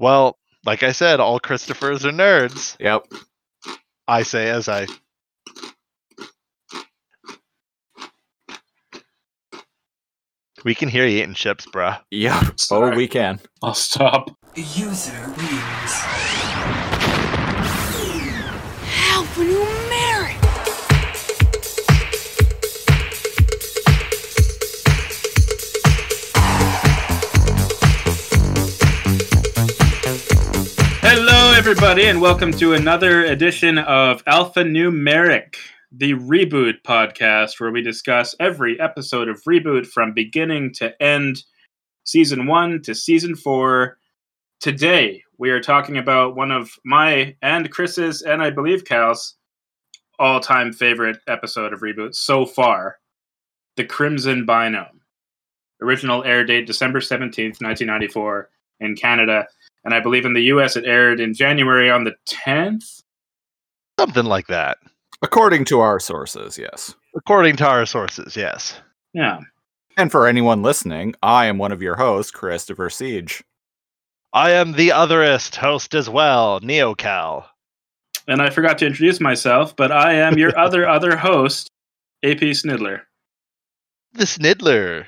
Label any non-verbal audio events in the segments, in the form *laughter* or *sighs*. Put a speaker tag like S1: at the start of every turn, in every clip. S1: Well, like I said, all Christophers are nerds.
S2: Yep.
S1: I say as I. We can hear you eating chips, bruh.
S2: *laughs* Yep. Oh,
S3: Sorry.
S2: we can.
S3: I'll stop.
S4: User wins.
S5: Alphanumeric.
S3: Hello, everybody, and welcome to another edition of Alphanumeric, the reboot podcast where we discuss every episode of Reboot from beginning to end, season one to season four. Today, we are talking about one of my and Chris's, and I believe Cal's, all time favorite episode of Reboot so far The Crimson Binome. Original air date December 17th, 1994, in Canada and I believe in the U.S. it aired in January on the 10th.
S1: Something like that.
S2: According to our sources, yes.
S1: According to our sources, yes.
S3: Yeah,
S2: And for anyone listening, I am one of your hosts, Christopher Siege. *laughs*
S1: I am the otherist host as well, NeoCal.
S3: and I forgot to introduce myself, but I
S2: *laughs*
S3: am your other other host, AP Snidler.
S1: The Snidler.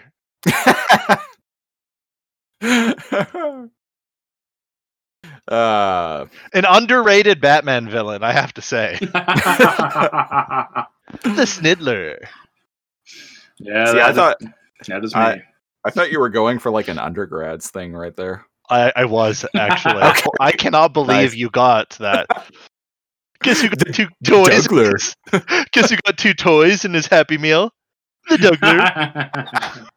S2: uh,
S1: An underrated Batman villain, I have to
S3: *laughs*
S1: say.
S3: yeah,
S1: the Snidler.
S2: see, I
S3: that
S2: thought
S3: is- that is me. *laughs*
S2: I- I thought you were going for like an undergrads thing right there.
S1: I, I was actually.
S2: Okay.
S1: I cannot believe
S2: Nice.
S1: you got
S2: *laughs*
S1: that. Guess you got two
S2: the
S1: toys. in
S2: juggler.
S1: his- *laughs* Guess you got two toys in his Happy Meal. The
S3: *laughs*
S1: juggler.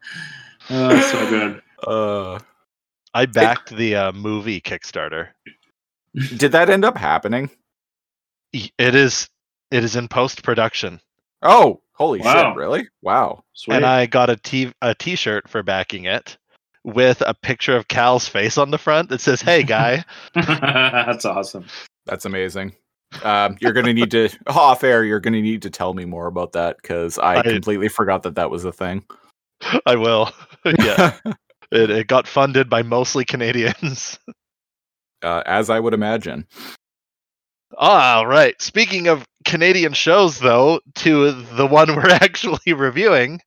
S3: oh, so good.
S2: Uh,
S1: I backed the uh, movie Kickstarter.
S2: did that end up happening?
S1: Y- It is it is in post production,
S2: Oh, holy
S3: Wow.
S2: shit! Really? Wow.
S3: Sweet.
S1: and I got a t a t shirt for backing it with a picture of Cal's face on the front that says "Hey guy."
S2: *laughs*
S3: *laughs* That's awesome.
S2: That's amazing. Um, you're gonna need to *laughs* off air. You're gonna need to tell me more about that because I,
S1: I-
S2: completely forgot that that was a thing.
S1: I will. *laughs* yeah, it it got funded by mostly Canadians.
S2: uh, as I would imagine.
S1: All right. Speaking of Canadian shows, though, to the one we're *laughs* actually reviewing,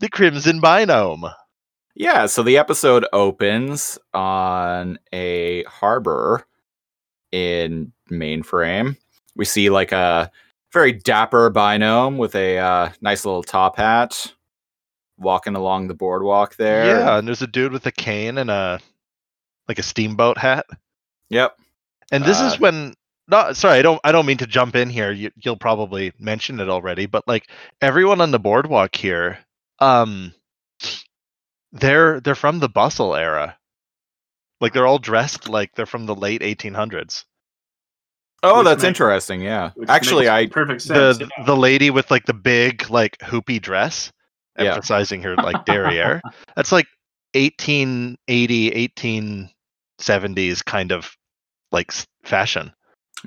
S1: The Crimson Binome.
S2: Yeah, so the episode opens on a harbor in mainframe. We see like a very dapper binome with a uh, nice little top hat walking along the boardwalk there.
S1: Yeah, and there's a dude with a cane and a like a steamboat hat.
S2: Yep.
S1: And this
S2: Uh,
S1: is when not sorry, I don't I don't mean to jump in here. You, you'll probably mention it already, but like everyone on the boardwalk here, um they're they're from the bustle era. Like they're all dressed like they're from the late 1800s.
S2: Oh,
S3: Which
S2: that's
S3: make-
S2: interesting. Yeah.
S3: Which
S2: Actually, I
S3: makes perfect sense.
S1: The
S3: yeah.
S1: the lady with like the big like hoopy dress
S2: Yeah.
S1: emphasizing her like derriere. That's like 1880 1870s kind of like s- fashion.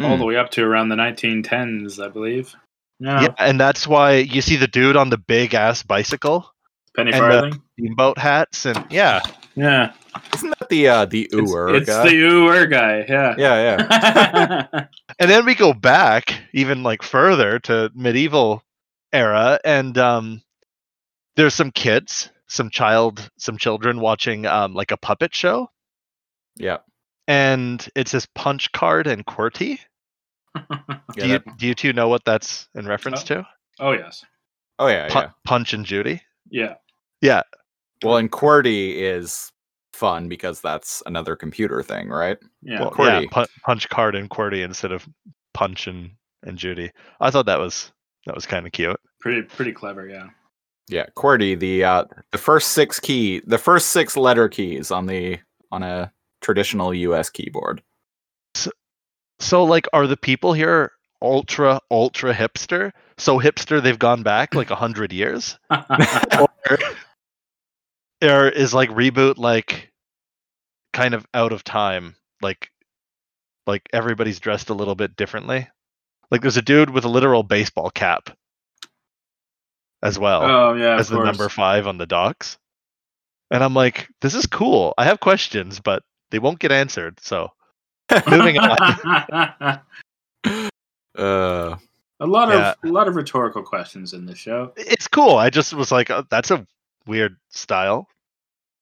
S3: all
S2: Hmm.
S3: the way up to around the 1910s, I believe. Yeah,
S1: Yeah, and that's why you see the dude on the big ass bicycle,
S3: penny
S2: uh,
S1: and the-
S3: farthing.
S1: steamboat hats, and yeah,
S3: yeah,
S2: isn't that the uh, the
S3: it's,
S2: Uwer
S3: it's
S2: guy?
S3: *laughs* the Uwer guy. Yeah.
S2: yeah, yeah.
S1: and then we go back even like further to medieval era, and um, there's some kids, some child, some children watching um like a puppet show,
S2: Yeah.
S1: and it says punch card and QWERTY.
S2: Yeah,
S1: do you
S2: that-
S1: do you two know what that's in reference to?
S3: *laughs* oh yes.
S2: oh yeah,
S1: Pu-
S2: yeah.
S1: Punch and Judy.
S3: Yeah.
S2: Well, and QWERTY is fun because that's another computer thing, right?
S3: Yeah.
S2: Well,
S1: yeah,
S2: QWERTY.
S1: pu- punch card and QWERTY instead of punch and, and Judy. I thought that was that was kind of cute.
S3: pretty pretty clever, yeah.
S2: Yeah, QWERTY, the uh, the first six key, the first six letter keys on the on a traditional US keyboard.
S1: So like, are the people here ultra ultra hipster? So hipster they've gone back like a hundred years, or is like reboot like kind of out of time? Like, like everybody's dressed a little bit differently. Like, there's a dude with a literal baseball cap as well.
S3: *laughs* oh yeah,
S1: as
S3: of
S1: the
S3: course.
S1: number five on the docs. And I'm like, this is cool. I have questions, but They won't get answered.
S3: *laughs*
S1: So *laughs* moving on.
S3: a
S2: Uh,
S3: lot
S1: Yeah.
S3: of *laughs* a lot of rhetorical questions in this show.
S1: It's cool. I just was like, oh, that's a weird style.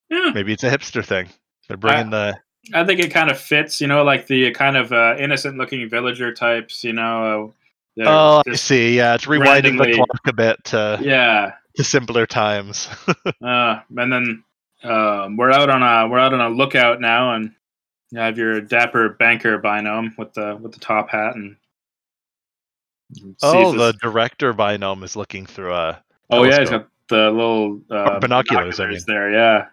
S3: Yeah,
S1: Maybe it's a hipster thing. They're bringing the
S3: I think it kind of fits, you know, like the kind of uh, innocent-looking villager types, you know. Uh, that are
S1: oh, I
S3: just-
S1: see. Yeah, it's rewinding
S3: randomly-
S1: the clock a bit to,
S3: *laughs* yeah.
S1: to simpler times. *laughs*
S3: Uh, and then um, we're out on a we're out on a lookout now, and you have your dapper banker binome with the with the top hat and. and
S1: oh,
S3: sees
S1: the
S3: this-
S1: director binome is looking through a
S3: oh yeah, he's
S1: telescope.
S3: got the little uh,
S1: Or binoculars, I
S3: there, yeah.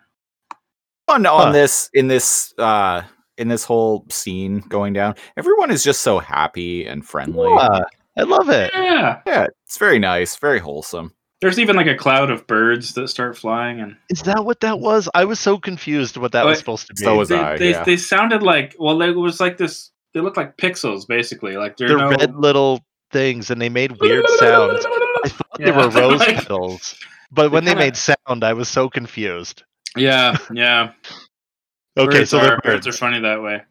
S2: on on
S1: Huh.
S2: this in this uh in this whole scene going down, everyone is just so happy and friendly. Yeah,
S1: Yeah, I love it.
S3: Yeah,
S2: it's very nice, very wholesome.
S3: there's even like a cloud of birds that start flying, and
S1: Is that what that was? I was so confused what that
S3: Oh,
S1: was
S3: it-
S1: supposed to be.
S2: so Was
S3: they,
S2: I,
S3: they,
S2: yeah.
S3: they sounded like well, they- it was like this. They looked like pixels, basically. Like they're
S1: They're
S3: no,
S1: red little things, and they made weird sounds. I thought they
S3: Yeah.
S1: were rose
S3: *laughs* Like-
S1: petals, but when they
S3: kinda-
S1: made sound, I was so confused.
S3: *laughs* Yeah, yeah.
S1: *laughs* Okay,
S3: birds
S1: so they're
S3: are, birds
S1: birds.
S3: are funny that way.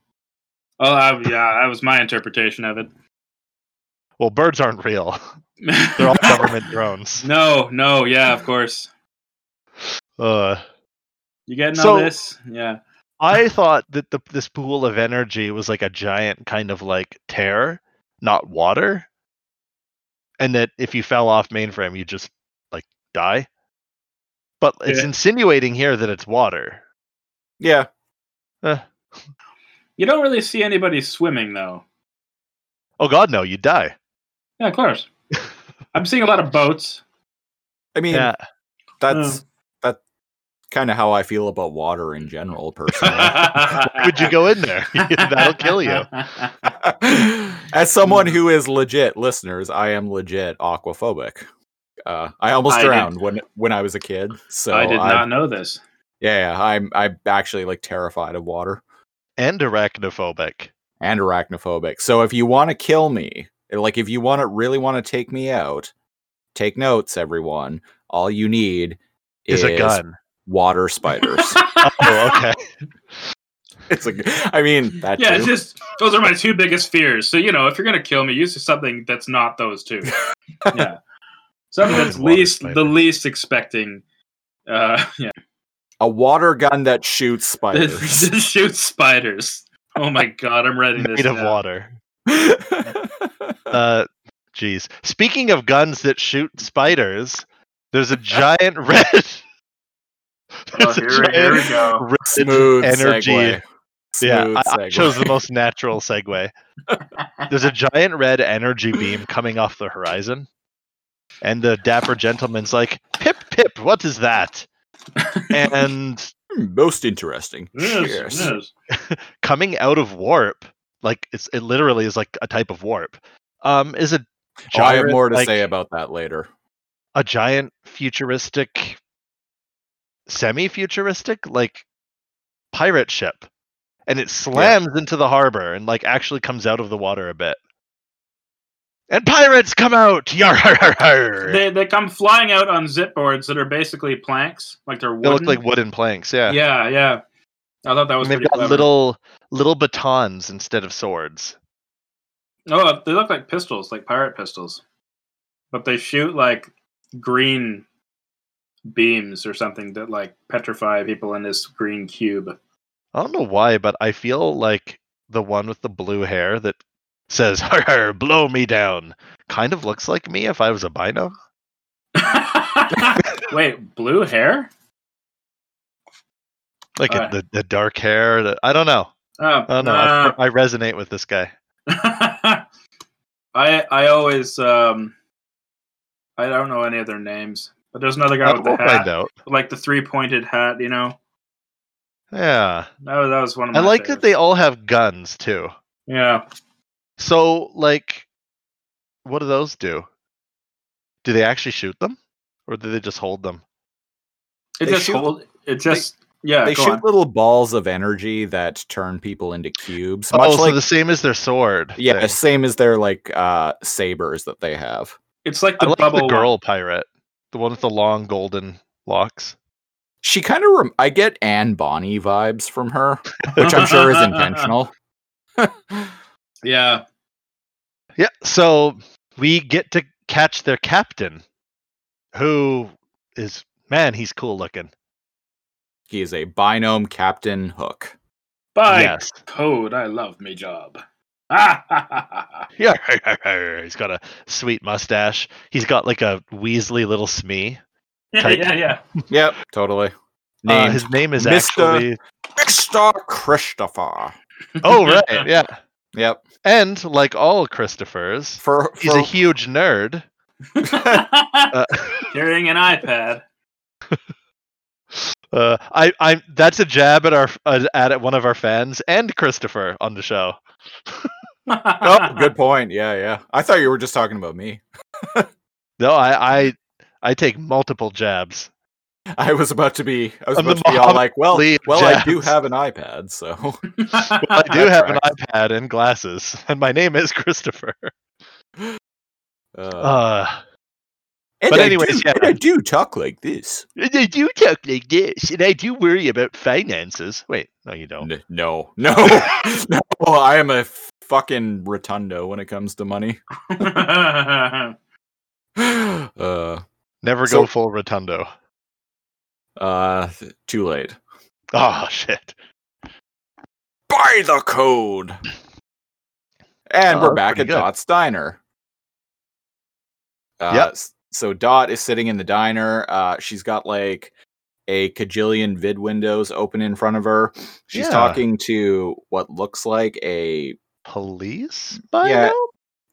S3: Oh, I, yeah, that was my interpretation of it. *laughs*
S1: Well, birds aren't real. *laughs* They're all government drones.
S3: *laughs* no, no, yeah, of course.
S1: Uh,
S3: You getting
S1: So-
S3: all this? Yeah.
S1: I thought that the, this pool of energy was like a giant kind of like tear, not water, and that if you fell off mainframe, you just like die. But it's
S3: Yeah.
S1: insinuating here that it's water.
S2: Yeah.
S3: You don't really see anybody swimming though.
S1: Oh God, no, you die.
S3: Yeah,
S1: *laughs*
S3: of course. I'm seeing a lot of boats.
S2: I mean
S1: Yeah, Hmm.
S2: that's that's kind of how I feel about water in general personally.
S1: would you go in there? *laughs* That'll kill
S3: *laughs*
S1: you.
S2: *laughs* As someone who is legit, listeners, I am legit aquaphobic. Uh, I almost
S3: I did-
S2: drowned when when I was a kid. So
S3: I did
S2: I'm-
S3: not
S1: *laughs*
S3: know this.
S2: Yeah, yeah, I'm I'm actually like terrified of water
S1: And arachnophobic.
S2: and arachnophobic. So if you want to kill me, like if you want to really want to take me out, take notes, everyone. All you need
S1: Is
S2: is,
S1: a gun. *laughs*
S2: Water spiders. *laughs*
S1: Oh, okay.
S2: it's a. g- I mean, that
S3: *laughs* Yeah,
S2: too.
S3: it's just those are my two biggest fears. So you know, if you're gonna kill me, use something that's not
S1: *laughs*
S3: those two. yeah, something that's
S1: Water
S3: least
S1: spider.
S3: the least expecting. Uh, *laughs* yeah,
S2: a water gun that shoots
S3: that
S2: spiders.
S3: *laughs* that shoots spiders. Oh my god, I'm writing this.
S1: Made of
S3: down.
S1: water.
S2: *laughs*
S3: *laughs*
S1: Uh, jeez. Speaking of guns that shoot spiders, there's a giant red.
S3: Oh,
S1: there's a
S3: here, we- here we
S1: giant
S3: go.
S1: red
S2: Smooth
S1: energy.
S2: segue. Smooth
S1: yeah, I, I
S2: segue.
S1: chose the most
S2: *laughs*
S1: natural segue. There's a giant red energy beam coming off the horizon, and the dapper gentleman's like, "Pip, pip, what is that?" And
S2: Hmm, most interesting.
S3: Yes,
S2: Cheers.
S3: yes.
S1: coming out of warp, like it's it literally is like a type of warp. Um, is a
S2: Oh, I have
S1: gyrus,
S2: more to
S1: like,
S2: say about that later.
S1: a giant futuristic, semi-futuristic like pirate ship, and it slams into the harbor and like actually comes out of the water a bit. And pirates come out! *laughs* Yar! har, har, har. They
S3: They they come flying out on zip boards that are basically planks, like they're wooden.
S1: look like wooden planks, yeah.
S3: yeah, yeah. I thought that was
S1: And they've
S3: pretty
S1: got
S3: clever.
S1: little little batons instead of swords.
S3: Oh, they look like pistols, like pirate pistols, but they shoot like green beams or something that like petrify people in this green cube. *laughs*
S1: I don't know why, but I feel like the one with the blue hair that says "Har, har, blow me down" kind of looks like me if I was a bino.
S3: Wait, blue hair?
S1: Like
S3: Uh.
S1: the, the dark hair. The, I don't know.
S3: Oh,
S1: I don't know.
S3: nah.
S1: I, I resonate with this guy.
S3: *laughs* I I always um I don't know any other names, but there's another guy
S1: I
S3: with the
S1: will
S3: hat,
S1: find out.
S3: like the three pointed hat. You know,
S1: Yeah,
S3: that was, that was one of
S1: I
S3: my.
S1: like that they all have guns too.
S3: they. Yeah,
S1: So, like, what do those do? Do they actually shoot them, or do they just hold them?
S3: it
S2: They
S3: just
S2: shoot-
S3: hold. It just yeah.
S2: they
S3: go
S2: shoot
S3: on.
S2: little balls of energy that turn people into cubes, much
S1: oh,
S2: like
S1: so the same as their sword.
S2: yeah,
S1: thing.
S2: same as their like uh sabers that they have.
S3: It's like
S1: I
S3: the
S1: like
S3: bubble
S1: the
S3: one.
S1: girl pirate, the one with the long golden locks.
S2: She kind of rem- I get Anne Bonny vibes from her, which I'm sure
S3: *laughs*
S2: is intentional.
S3: Yeah.
S1: Yeah, so we get to catch their captain, who is man, he's cool looking.
S2: He is a binome captain hook.
S3: By
S1: Yes.
S3: code, I love me job. *laughs* Ah, ha, ha, ha, ha.
S1: *laughs* Yeah, he's got a sweet mustache. He's got like a Weasley little Smee.
S3: yeah,
S1: Tight.
S2: *laughs*
S3: yeah, yeah.
S2: Yep, totally.
S1: Uh,
S2: Named
S1: his name is
S2: Mr. *laughs*
S1: actually.
S2: Mr. Christopher.
S1: Oh right, yeah.
S2: Yep.
S1: And like all Christophers,
S2: For,
S1: he's
S2: for-
S1: a huge nerd. Uh, *laughs*
S3: Carrying an iPad.
S1: uh, I, I, that's a jab at our uh, at one of our fans and Christopher on the show.
S2: oh, good point. Yeah, yeah. I thought you were just talking about me.
S1: No, I, I, I take multiple jabs.
S2: I was about to be. I was
S1: I'm the
S2: about to be all
S1: Muhammad
S2: like, well,
S1: Ali of
S2: well, I do
S1: jabs.
S2: have an iPad, so
S1: *laughs*
S2: *laughs*
S1: I do
S2: That
S1: have an iPad and glasses, and my name is *laughs* Christopher.
S2: uh,
S1: Uh,
S2: and
S1: but
S2: I
S1: anyways,
S2: do-
S1: yeah.
S2: and I do talk like this.
S1: I do talk like this, and I do worry about finances. Wait, no, you don't.
S2: N- No, no, *laughs* no. I am a fucking rotundo when it comes to money. *gasps* Uh,
S1: Never
S2: So-
S1: go full rotundo. *laughs*
S2: uh, too late.
S1: Oh shit!
S2: By the code. And
S1: Oh,
S2: we're
S1: that's
S2: back at
S1: pretty good.
S2: Dot's diner. Uh,
S1: Yep.
S2: s- So Dot is sitting in the diner. Uh, she's got like a cajillion vid windows open in front of her. She's
S1: Yeah.
S2: talking to what looks like a
S1: Police? By
S2: Yeah.
S1: now?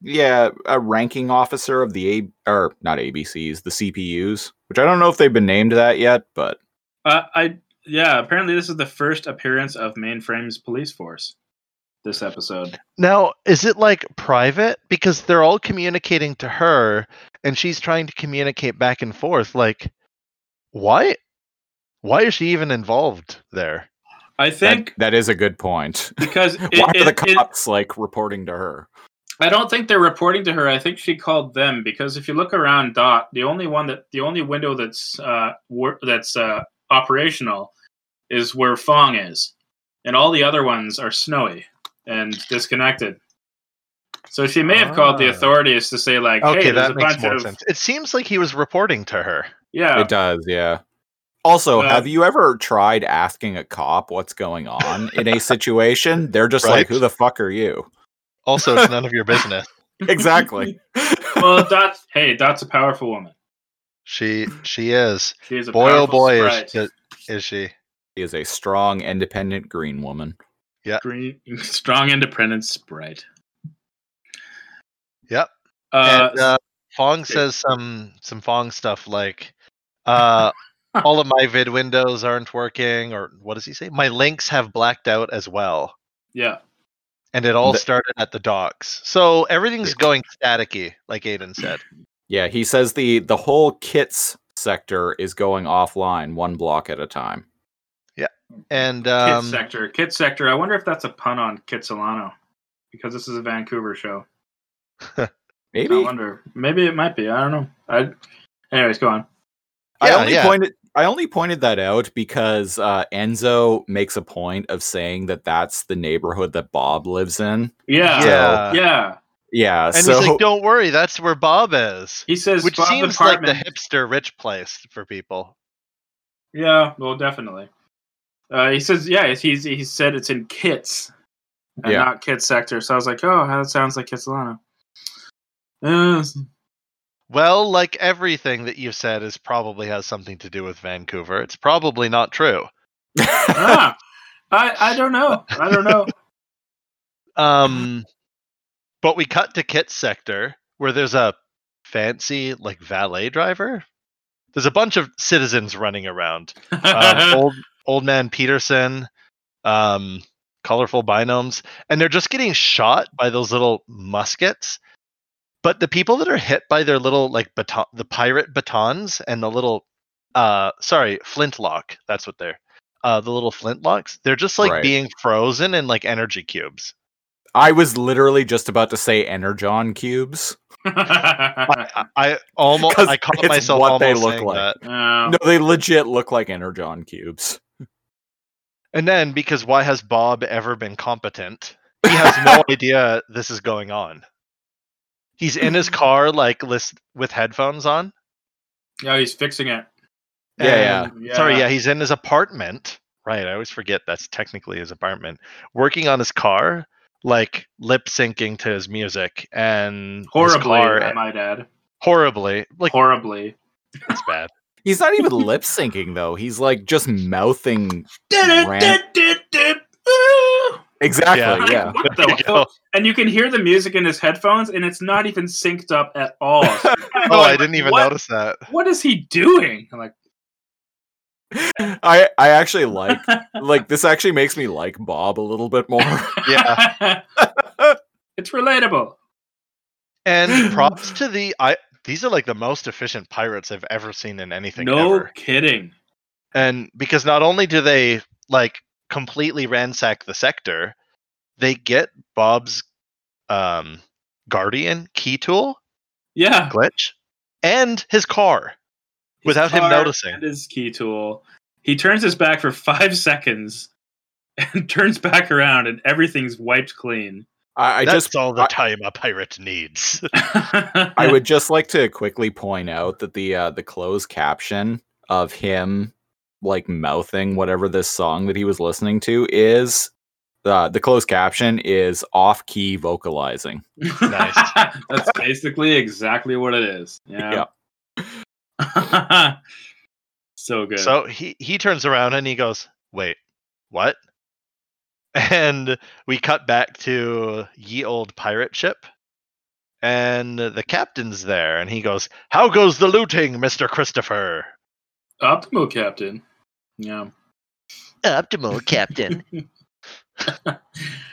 S2: yeah a ranking officer of the a or not ABCs the CPUs, which I don't know if they've been named that yet, but
S3: *laughs* Uh, I yeah. Apparently, this is the first appearance of Mainframe's police force. This episode.
S1: Now, is it like private? Because they're all communicating to her, and she's trying to communicate back and forth. Like, why? Why is she even involved there?
S3: I
S2: that,
S3: think
S2: that is a good point.
S3: because it,
S2: *laughs* Why are
S3: it-
S2: the
S3: it-
S2: cops like reporting to her?
S3: I don't think they're reporting to her. I think she called them because if you look around Dot, the only one that the only window that's uh, wor- that's uh, operational is where Fong is, and all the other ones are snowy and disconnected. So she may have called the
S1: Ah.
S3: authorities to say like,
S1: Okay,
S3: "Hey, there's a
S1: that makes
S3: bunch
S1: more
S3: of
S1: sense. It seems like he was reporting to
S3: *laughs*
S1: her.
S3: yeah."
S2: It does, yeah. Also,
S3: Uh,
S2: have you ever tried asking a cop what's going on in a situation? They're just like,
S1: Right.
S2: "Who the fuck are
S3: *laughs*
S2: you?"
S1: Also, it's none of your business.
S2: Exactly.
S3: well, Dot. Hey, Dot's a powerful woman.
S1: She she is.
S3: She is a
S1: Boy, oh
S3: powerful
S1: boy,
S3: sprite.
S1: is she, is she?
S2: *laughs* he is a strong, independent green woman.
S3: Green, *laughs* strong, independent sprite.
S1: Yep.
S3: Uh,
S1: and, uh, Fong
S3: shit.
S1: says some some Fong stuff like, uh, all of my vid windows aren't working, or what does he say? My links have blacked out as well,
S3: yeah.
S1: and it all
S2: The-
S1: started at the docks. So everything's going staticky, like Aiden said.
S2: Yeah, he says the the whole kits sector is going offline one block at a time.
S1: And
S3: Kid
S1: um,
S3: sector. Kid sector. I wonder if that's a pun on Kitsilano, because this is a Vancouver show.
S2: Maybe
S3: I wonder. Maybe it might be. I don't know. I. Anyways, go on.
S2: I
S1: Yeah,
S2: only
S1: yeah.
S2: pointed I only pointed that out because uh, Enzo makes a point of saying that that's the neighborhood that Bob lives in.
S3: Yeah. Yeah.
S1: yeah,
S2: Yeah,
S1: and
S2: so
S1: he's like, "Don't worry, that's where Bob is."
S3: He says
S1: Which
S3: Bob's
S1: seems like the
S3: apartment.
S1: hipster rich place for people.
S3: yeah. Well, definitely. Uh, he says, yeah, he's, he said it's in Kits and
S2: Yeah.
S3: not Kid Sector. So I was like, oh, that sounds like Kitsilano. Uh,
S1: Well, like everything that you've said is probably has something to do with Vancouver. It's probably not true.
S2: *laughs*
S3: ah, I, I don't know. I don't know.
S1: Um, but we cut to Kit sector where there's a fancy like valet driver. There's a bunch of citizens running around.
S3: *laughs*
S1: Um, old old man Peterson, um, colorful binomes, and they're just getting shot by those little muskets. But the people that are hit by their little like baton, the pirate batons and the little, uh, sorry, flintlock. That's what they're. Uh, the little flintlocks, they're just like
S2: Right.
S1: being frozen in like energy cubes.
S2: I was literally just about to say energon cubes.
S1: I, I, I almost
S2: 'Cause
S1: I caught
S2: it's
S1: myself
S2: what
S1: almost
S2: they look
S1: saying
S2: like.
S1: that.
S3: *laughs* No.
S2: No, they legit look like energon cubes.
S1: And then because why has Bob ever been competent? He has
S2: *laughs*
S1: no idea this is going on. He's in
S2: *clears throat*
S1: his car like list with headphones on.
S3: Yeah, he's fixing it.
S2: Yeah, yeah.
S1: and- Sorry, yeah, he's in his apartment. Right, I always forget that's technically his apartment. Working on his car, like lip syncing to his music and his
S3: Horribly,
S1: car-
S3: I might add.
S1: horribly. Like
S3: Horribly.
S1: it's bad.
S2: He's not even lip syncing though. He's like just mouthing.
S3: *laughs*
S2: Rant.
S3: Ooh.
S2: Exactly.
S3: Yeah.
S2: Yeah.
S1: *laughs*
S3: What *laughs*
S1: There you
S3: the
S1: go.
S3: And you can hear the music in his headphones, and it's not even synced up at all. So I'm kinda
S1: *laughs* Oh,
S3: going,
S1: I didn't even
S3: what,
S1: notice that.
S3: What is he doing? I'm like,
S2: I I actually like like this. Actually makes me like Bob a little bit more. *laughs*
S1: Yeah.
S3: *laughs* it's relatable.
S2: *laughs*
S1: And props to the I these are like the most efficient pirates I've ever seen in anything
S3: no
S1: ever.
S3: kidding.
S1: and because not only do they like completely ransack the sector they get bob's um guardian key tool
S2: Uh.
S3: Yeah.
S1: glitch and his car
S3: His
S1: Without him
S3: car
S1: noticing.
S3: And his key tool. He turns his back for five *laughs* seconds and turns back around, and everything's wiped clean.
S2: I, I
S1: that's
S2: just
S1: all the
S2: I-
S1: time a pirate needs
S3: *laughs*
S2: I would just like to quickly point out that the uh, the closed caption of him like mouthing whatever this song that he was listening to is uh, the closed caption is off key vocalizing.
S1: Nice.
S3: *laughs* That's basically exactly what it is. Yeah. *laughs* so good.
S1: so he he turns around and he goes wait what *laughs* and we cut back to ye old pirate ship and the captain's there and he goes how goes the looting mr christopher
S3: Optimal Captain. Yeah.
S1: Optimal, Captain.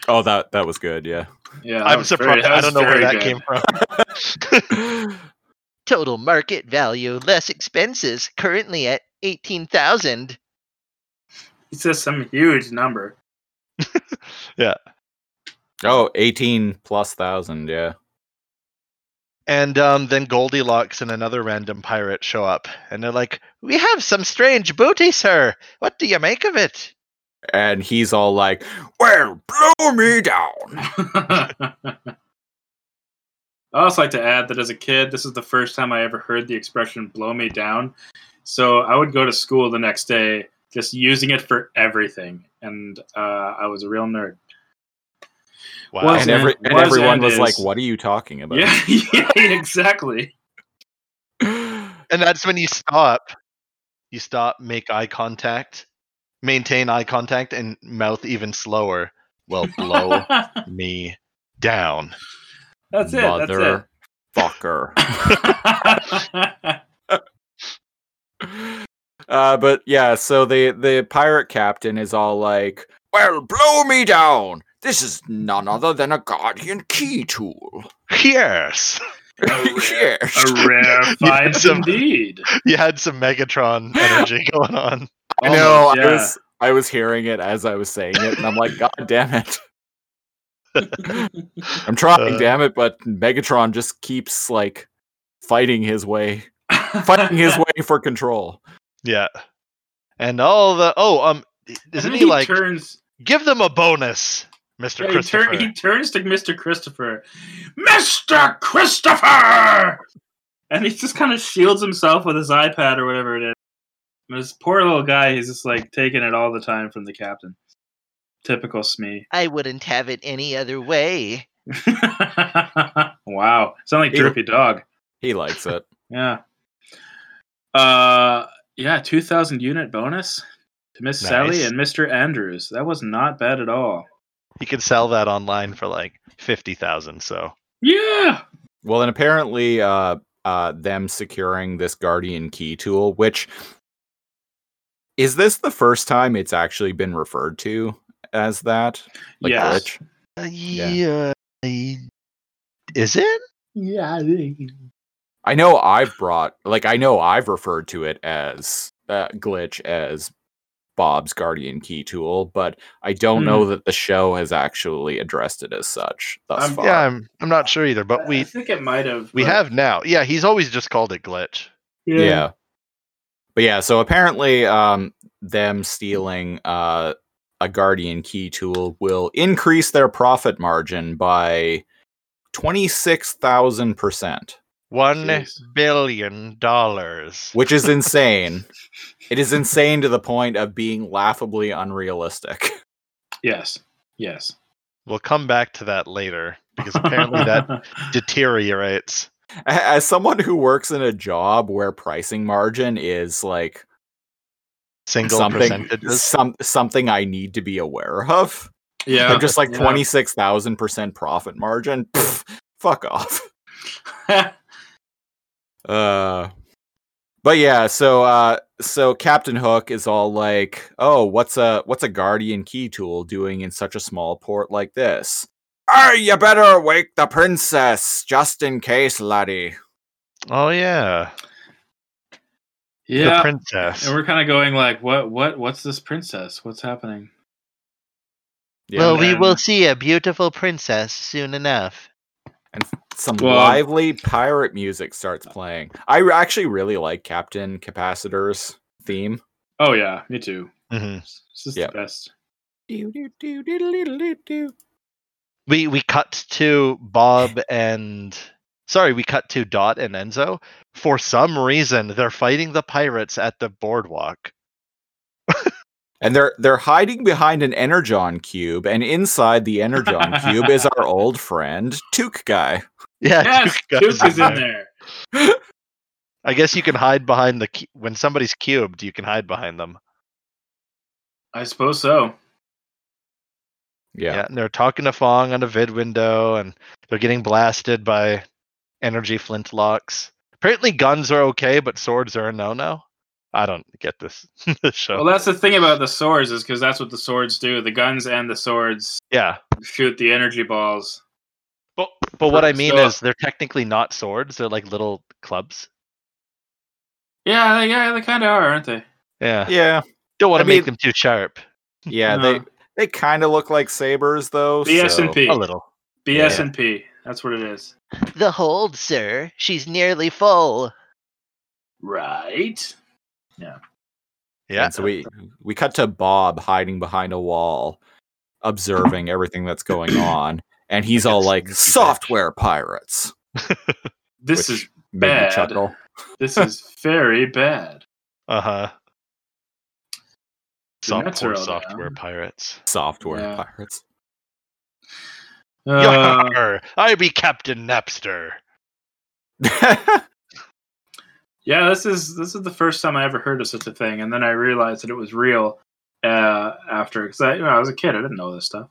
S2: Oh, that that was good. Yeah.
S3: Yeah. that
S1: I'm
S3: was very-
S1: surprised.
S3: that
S1: I
S3: was
S1: don't know where
S3: very
S1: that
S3: good.
S1: came from.
S3: *laughs*
S5: Total market value less expenses currently at 18,000.
S3: He says some huge number. *laughs*
S2: oh, 18 plus thousand. Yeah.
S1: And um, then Goldilocks and another random pirate show up, and they're like, "We have some strange booty, sir. What do you make of it?"
S2: And he's all like, well, blow me down.
S3: I also like to add that as a kid, this is the first time I ever heard the expression blow me down. So I would go to school the next day just using it for everything. And uh, I was a real nerd.
S1: Wow.
S3: Was
S2: And, every,
S3: and-
S2: and
S3: was
S2: everyone
S3: and
S2: was like,
S3: is.
S2: what are you talking about? *laughs*
S3: *laughs* Yeah, yeah, exactly.
S1: And that's when you stop. You stop, make eye contact, maintain eye contact, and mouth even slower. Well,
S3: *laughs*
S1: blow me down.
S3: That's it. That's it.
S2: Fucker. Uh, but yeah, so the the pirate captain is all like, "Well, blow me down. This is none other than a guardian key tool."
S1: Yes, *laughs*
S3: Oh,
S2: *laughs* yes.
S3: a rare find
S1: some-
S3: indeed.
S1: you had some Megatron
S3: *laughs*
S1: energy going on.
S2: I
S3: Oh,
S2: know.
S3: yeah.
S2: I was I was hearing it as I was saying it, and I'm like, "God damn it! I'm trying,
S1: Uh.
S2: damn it!" But Megatron just keeps like fighting his way, fighting
S3: *laughs*
S2: his way for control.
S1: Yeah, and all the oh um,
S3: And
S1: isn't
S3: then
S1: he like?
S3: turns?
S1: Give them a bonus, Mr.
S3: yeah, he,
S1: Christopher.
S3: turn, he turns to Mr. Christopher. Mr. Christopher, and he just kind of shields himself with his iPad or whatever it is. And this poor little guy, he's just like taking it all the time from the captain. Typical Smee. *laughs*
S5: I wouldn't have it any other way.
S3: wow, sound like
S2: He-
S3: Droopy Dog.
S2: He likes it.
S3: Yeah. Uh yeah, 2000 unit bonus to Miss Sally
S1: Nice.
S3: and Mr. Andrews. That was not bad at all.
S1: You could sell that online for like fifty thousand. So
S3: Yeah.
S2: Well, and apparently, uh, uh, them securing this Guardian Key tool, which is this the first time it's actually been referred to as that?
S3: yes.
S2: glitch?
S1: uh,
S2: Yeah.
S1: y- is it?
S3: Yeah.
S2: I know I've brought, like, I know I've referred to it as uh, glitch as Bob's Guardian Key tool, but I don't know that the show has actually addressed it as such thus
S3: I'm-
S2: far.
S1: Um, Yeah, I'm I'm not sure either, but
S3: I
S1: we
S3: think it might have.
S1: we
S3: but-
S1: have now. Yeah, he's always just called it glitch.
S2: yeah. But yeah, so apparently um them stealing uh a Guardian Key tool will increase their profit margin by 26,000%,
S1: One billion
S3: Jeez.
S1: dollars.
S2: which is insane. it is insane to the point of being laughably unrealistic.
S3: Yes. Yes.
S1: We'll come back to that later
S3: *laughs*
S1: because apparently that deteriorates.
S2: A- As someone who works in a job where pricing margin is like
S1: Single
S2: something
S1: percentages.
S2: some something I need to be aware of,
S3: yeah.
S2: I'm just like
S3: yeah. *laughs*
S2: 26,000% profit margin. Pff, fuck off. Uh but yeah, so uh so Captain Hook is all like, "Oh, what's a what's a guardian key tool doing in such a small port like this?" Oh, you better wake the princess just in case, laddie.
S1: Oh yeah. The
S3: yeah.
S1: princess.
S3: And we're kind of going like, what? What? What's this princess? What's happening?
S2: Yeah.
S5: well, we will
S3: then-
S5: see a beautiful princess soon enough.
S2: Some
S3: Well-
S2: lively pirate music starts playing. I re- actually really like Captain Capacitor's theme.
S3: Oh yeah, me too.
S1: Mhm.
S3: This is
S2: Yeah.
S3: the best.
S1: *laughs* we we cut to Bob and sorry, we cut to Dot and Enzo. For some reason, they're fighting the pirates at the boardwalk.
S2: And they're they're hiding behind an energon cube, and inside the
S3: *laughs*
S2: energon cube is our old friend Took Guy.
S1: Yeah,
S3: Yes,
S1: Duke
S3: Duke
S1: goes
S3: is in there.
S1: I guess you can hide behind the cu- when somebody's cubed, you can hide behind them.
S3: I suppose so.
S1: Yeah. and they're talking to Fong on a vid window, and they're getting blasted by energy flintlocks. Apparently, guns are okay, but swords are a no-no. I don't get this, *laughs* this show.
S3: Well, that's the thing about the swords is because that's what the swords do. The guns and the swords
S1: yeah,
S3: shoot the energy balls.
S1: but but what I
S3: So-
S1: mean is they're technically not swords; they're like little clubs.
S3: Yeah, they, yeah, they kind of are, aren't they?
S1: Yeah,
S2: yeah,
S1: don't want
S2: I
S1: to make
S2: mean-
S1: them too sharp.
S2: yeah.
S3: No.
S2: They they kind of look like sabers though.
S3: Uh-huh. The S and
S2: so-
S3: P.
S1: A little.
S3: BS and P. That's what it is.
S5: The hold, sir. She's nearly full.
S3: Right.
S1: Yeah.
S2: And so we we cut to Bob hiding behind a wall, observing everything that's going on, and he's all
S1: Yes,
S2: like,
S1: Took Guy.
S2: "Software pirates." Which-
S3: This is
S2: Made me
S3: Bad.
S2: chuckle.
S3: this is
S2: *laughs*
S3: very bad.
S1: Uh huh.
S3: The Nets are
S1: Software,
S3: all
S1: software
S3: down.
S1: pirates.
S2: Software
S3: Yeah.
S2: pirates.
S3: Uh,
S1: Yarr, I be Captain Napster.
S3: yeah, this is this is the first time I ever heard of such a thing, and then I realized that it was real uh, after because I, you know, I was a kid, I didn't know this stuff,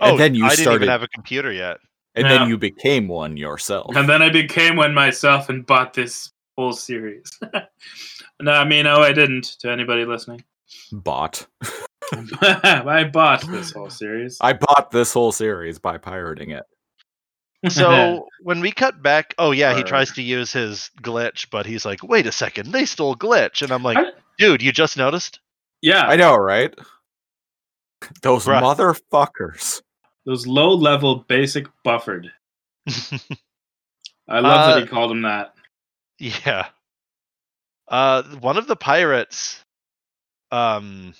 S1: Oh,
S2: then you
S1: I didn't
S2: started-
S1: even have a computer yet.
S2: *laughs* and
S3: Yeah.
S2: then you became one yourself.
S3: and then I became one myself and bought this whole series. *laughs* no, I mean, no, I didn't. To anybody listening, *laughs*
S2: Bot.
S3: I bought this whole series.
S2: I bought this whole series by pirating it.
S1: So when we cut back, oh yeah, he
S3: Or-
S1: tries to use his glitch, but he's like, "Wait a second, they stole glitch," and I'm like,
S3: I-
S1: "Dude, you just noticed?" *laughs*
S3: yeah,
S2: I know, right? Those
S1: Bruh.
S2: motherfuckers.
S3: those low level basic buffered. I love that
S1: Uh,
S3: he called him that.
S1: yeah. Uh, one of the pirates, um,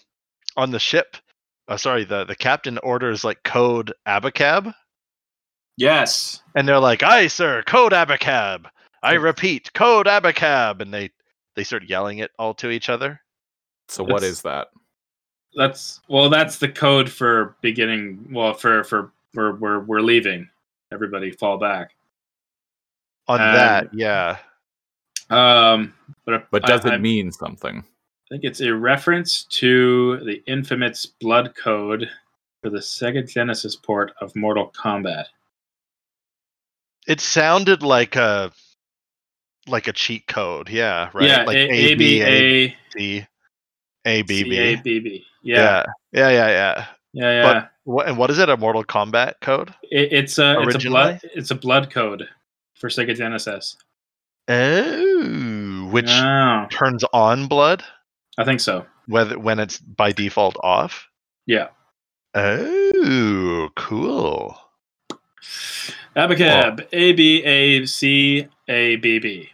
S1: on the ship, uh, sorry, the the captain orders like code abacab,
S3: Yes.
S1: and they're like, "Aye, sir, code abacab." I repeat, code abacab, and they they start yelling it all to each other.
S2: So what
S3: It's-
S2: is that?
S3: That's well. That's the code for beginning. Well, for for for we're we're leaving. Everybody fall back.
S1: On
S3: Um,
S1: that, yeah.
S3: Um, but
S2: But
S3: I-
S2: does
S3: I,
S2: it mean something?
S3: I think it's a reference to the infamous blood code for the Sega Genesis port of Mortal Kombat.
S1: It sounded like a like a cheat code, yeah, right?
S3: Yeah.
S1: like
S3: a- A B A
S1: C A B
S3: C
S1: B.
S3: A
S1: Yeah,
S3: B B. Yeah.
S1: yeah, yeah, yeah.
S3: Yeah. Yeah.
S1: But- What and what is it? A Mortal Kombat code?
S3: it, it's a it's a
S1: Originally?
S3: blood it's a blood code for Sega Genesis.
S1: Oh, which
S3: Oh,
S1: turns on blood.
S3: I think so.
S1: whether when it's by default off.
S3: Yeah.
S1: Oh, cool.
S3: Abacab. A B A C A B B.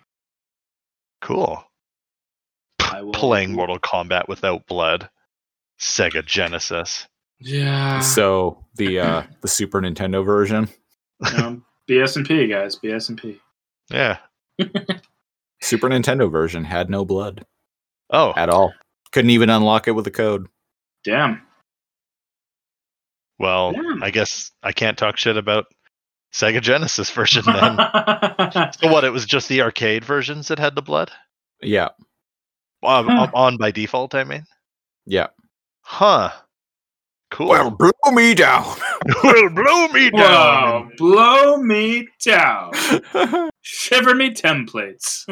S1: Cool.
S3: I will-
S1: Playing Mortal Kombat without blood. Sega Genesis.
S3: Yeah.
S2: So the uh, the Super Nintendo version,
S3: um, BS and P guys. BS and P.
S1: Yeah.
S2: Super Nintendo version had no blood
S1: Oh,
S2: at all. Couldn't even unlock it with a code.
S3: Damn.
S1: well,
S3: Hmm.
S1: I guess I can't talk shit about Sega Genesis version
S3: *laughs*
S1: then. so what, it was just the arcade versions that had the blood?
S2: Yeah,
S1: Um,
S3: Huh.
S1: um, on by default, I mean?
S2: yeah.
S1: Huh. Cool. *laughs*
S2: blow me *laughs* down.
S1: Well, blow me
S3: Whoa, blow me down. Oh, Shiver me templates.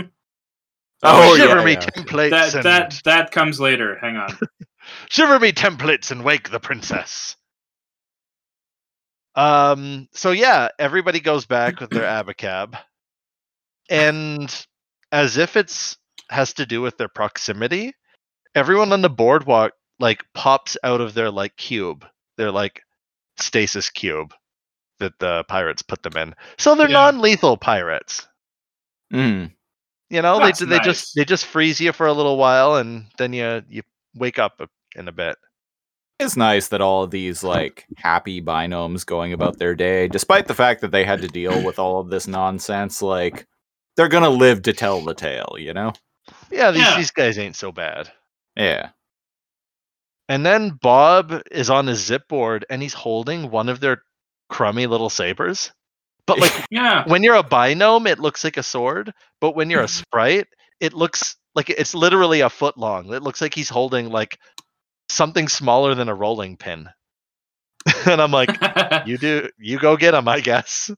S2: Oh,
S1: shiver
S2: yeah,
S1: me
S2: yeah.
S1: templates
S3: that
S1: and
S3: that that comes later. Hang on.
S1: shiver me templates and wake the princess. Um. So yeah, everybody goes back with
S3: *clears throat*
S1: their abacab, and as if it's has to do with their proximity, everyone on the boardwalk like pops out of their like cube, their like stasis cube that the pirates put them in. So they're
S3: Yeah.
S1: non-lethal pirates.
S2: Mm.
S1: You know,
S3: That's
S1: they they
S3: nice.
S1: just they just freeze you for a little while, and then you you wake up a- in a bit.
S2: It's nice that all of these like happy binomes going about their day, despite the fact that they had to deal with all of this nonsense. Like they're gonna live to tell the tale, you know?
S1: Yeah, these,
S3: Yeah.
S1: these guys ain't so bad.
S2: Yeah.
S1: And then Bob is on his zip board and he's holding one of their crummy little sabers. But
S3: *laughs*
S1: like *laughs*
S3: Yeah.
S1: when you're a binome, it looks like a sword, but when you're a sprite, it looks like it's literally a foot long. It looks like he's holding like something smaller than a rolling pin. *laughs* and I'm like, you do you go get him, I guess.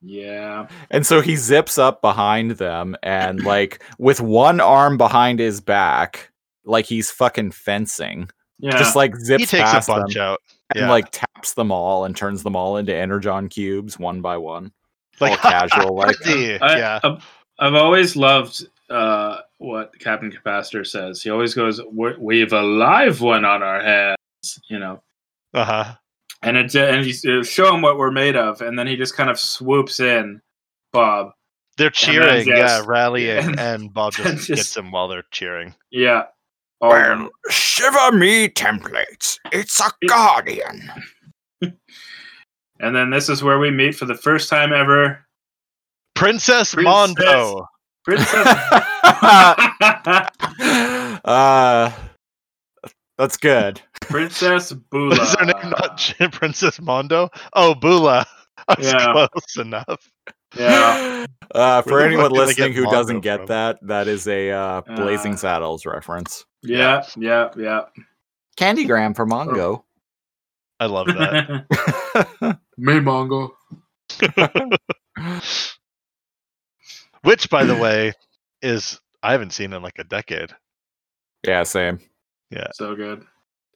S3: yeah.
S2: And so he zips up behind them and like with one arm behind his back, like he's fucking fencing.
S3: Yeah.
S2: Just like zips
S1: He takes a
S2: past
S1: bunch
S2: them
S1: out.
S2: and
S1: yeah.
S2: like taps them all and turns them all into energon cubes one by one. all
S1: Like *laughs*
S2: casual like
S1: see,
S3: I,
S1: yeah.
S3: I've, I've always loved uh, what Captain Capacitor says. He always goes, "We- "We've a live one on our hands," you know.
S1: Uh-huh.
S3: And it and he's uh, show him what we're made of, and then he just kind of swoops in, Bob.
S1: They're cheering, yeah,
S3: just-
S1: rallying,
S3: and-
S1: and Bob just,
S3: and just-
S1: gets them while they're cheering.
S3: Yeah. Oh,
S2: Well, shiver me templates. It's a guardian.
S3: and then this is where we meet for the first time ever,
S1: Princess,
S3: Princess-
S1: Mondo.
S3: Princess.
S2: uh, that's good.
S3: Princess Bula.
S1: Is her name not Ch- Princess Mondo? Oh, Bula. *laughs* I was
S3: Yeah.
S1: close enough.
S3: yeah.
S2: Uh, for
S1: Where the
S2: anyone
S1: fuck did they
S2: listening
S1: get
S2: who doesn't
S1: Mondo
S2: get
S1: from?
S2: that, that is a uh, Blazing
S3: Uh,
S2: Saddles reference.
S3: Yeah. Yeah. Yeah.
S2: Candygram for Mongo.
S1: I love
S3: *laughs*
S1: that.
S3: Me Mongo.
S1: Which, by the way, is I haven't seen in like a decade.
S2: yeah, same.
S3: So good.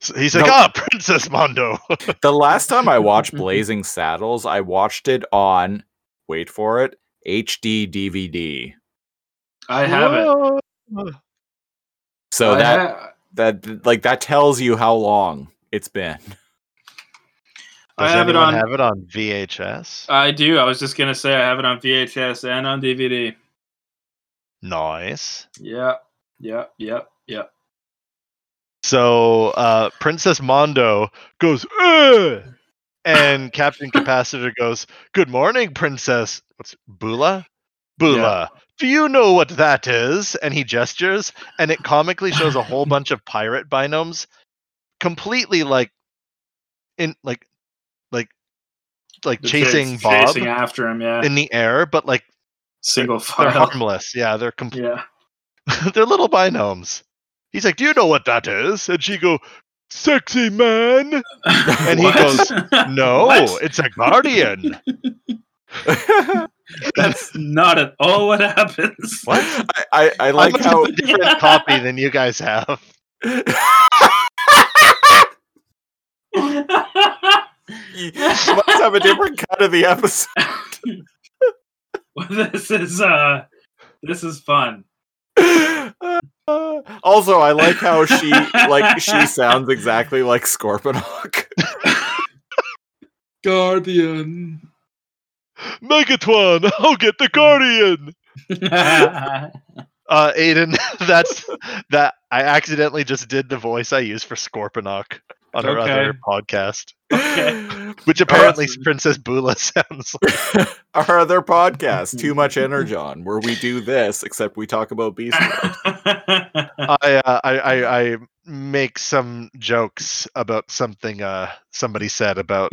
S1: So he's like,
S2: No.
S1: ah, Princess Mondo.
S2: The last time I watched Blazing Saddles, I watched it on, wait for it, HD DVD.
S3: I have it.
S1: *laughs*
S2: So
S3: I
S2: that
S3: ha-
S2: that like that tells you how long it's been.
S3: I
S1: Does
S3: have it
S1: anyone
S3: on. Uh,
S1: Have it on VHS.
S3: I do. I was just gonna say I have it on VHS and on DVD.
S1: nice.
S3: Yeah. Yeah. Yeah. Yeah.
S1: So uh, Princess Mondo goes, "Ugh," and Captain Capacitor goes, "Good morning, Princess." What's Bula? Bula. Do you know what that is? And he gestures, and it comically shows a whole bunch of pirate binomes, completely like, in like, like, like
S3: The
S1: chasing
S3: chase-
S1: Bob
S3: chasing after him. Yeah.
S1: in the air, but like
S3: Single *laughs*
S1: they're
S3: file.
S1: harmless. Yeah, they're completely.
S3: Yeah.
S1: *laughs* They're little binomes. He's like, "Do you know what that is?" And she go, "Sexy *laughs* man." And he
S3: What?
S1: goes,
S3: *laughs*
S1: No,
S3: What?
S1: it's a guardian.
S3: That's *laughs* not at all what happens.
S1: what?
S2: *laughs* I, I, I like
S1: must
S2: how
S1: have a different
S3: *laughs*
S1: copy than you guys have.
S2: *laughs* you must have a different cut of the episode.
S3: well, this is uh this is fun.
S2: *laughs* also, I like how she like she sounds exactly like Scorponok.
S3: *laughs* Guardian.
S1: Megatron, I'll get the Guardian. Uh, Aiden, *laughs* that's that. I accidentally just did the voice I use for Scorponok on our
S3: Okay.
S1: other podcast,
S3: Okay.
S1: which apparently
S3: Awesome.
S1: Princess Bula *laughs* sounds like.
S2: *laughs* Our other podcast, Too Much Energon, where we do this except we talk about Beast. Mode.
S1: I, uh, I, I I make some jokes about something uh somebody said about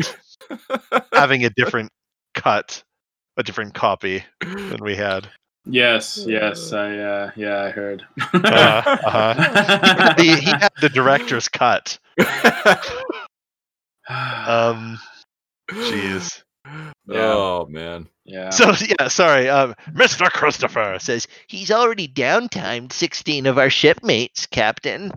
S1: having
S3: *laughs*
S1: a different cut, a different copy than we
S3: *laughs*
S1: had.
S3: yes, yes, I uh, yeah, I heard.
S1: Uh, uh-huh.
S3: *laughs*
S1: he, he had the director's cut. Um, jeez.
S2: *laughs* Oh man.
S3: *sighs* yeah.
S1: So yeah, sorry, um, Mr. Christopher.
S5: Says he's already downtimed 16 of our shipmates, Captain.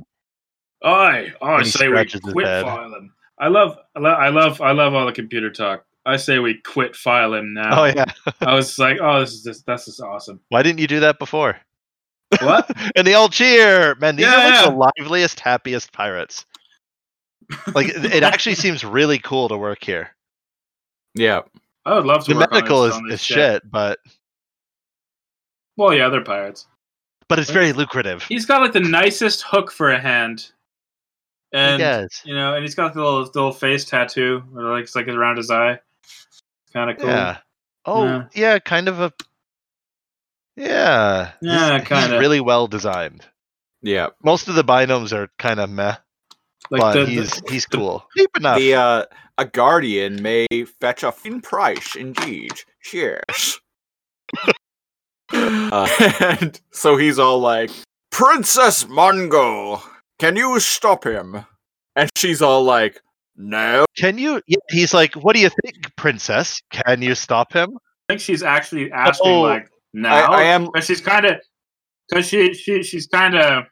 S3: I I
S1: And he
S3: say we
S1: scratches his
S3: quit
S1: head.
S3: filing. I love I lo- I love I love all the computer talk. I say we quit filing now.
S1: Oh yeah,
S3: I was like, oh, this is just that's just awesome.
S1: why didn't you do that before? *laughs*
S3: What?
S1: And they all cheer. Man, these are
S3: Yeah,
S1: like the liveliest, happiest pirates. Like it it actually seems really cool to work here.
S2: Yeah.
S3: I would love to.
S1: The
S3: work on
S1: medical
S3: this-
S1: is,
S3: on this
S1: is shit, but
S3: Well, yeah, they're pirates.
S1: but it's very lucrative.
S3: He's got like the nicest hook for a hand,
S1: He
S3: and
S1: does.
S3: you know, and he's got the little, the little face tattoo, or like it's like around his eye. Kind of cool.
S1: Yeah. Oh
S3: Yeah.
S1: yeah, kind of a. Yeah. he's-
S3: Yeah,
S1: he's
S3: kinda.
S1: Really well designed.
S2: Yeah.
S1: Most of the binomes are kind of meh,
S3: Like
S1: but
S3: the,
S1: he's
S3: *laughs* the,
S1: he's cool. Deep enough.
S2: The uh, a guardian may fetch a fine price indeed. *laughs* Cheers. Uh, and so he's all like, Princess Mongo, can you stop him? And she's all like, No.
S1: Can you? Yeah, he's like, what do you think, princess? Can you stop him?
S3: I think she's actually asking
S1: Oh,
S3: like now.
S2: I, I am
S3: because she's kind of because she, she she's kind of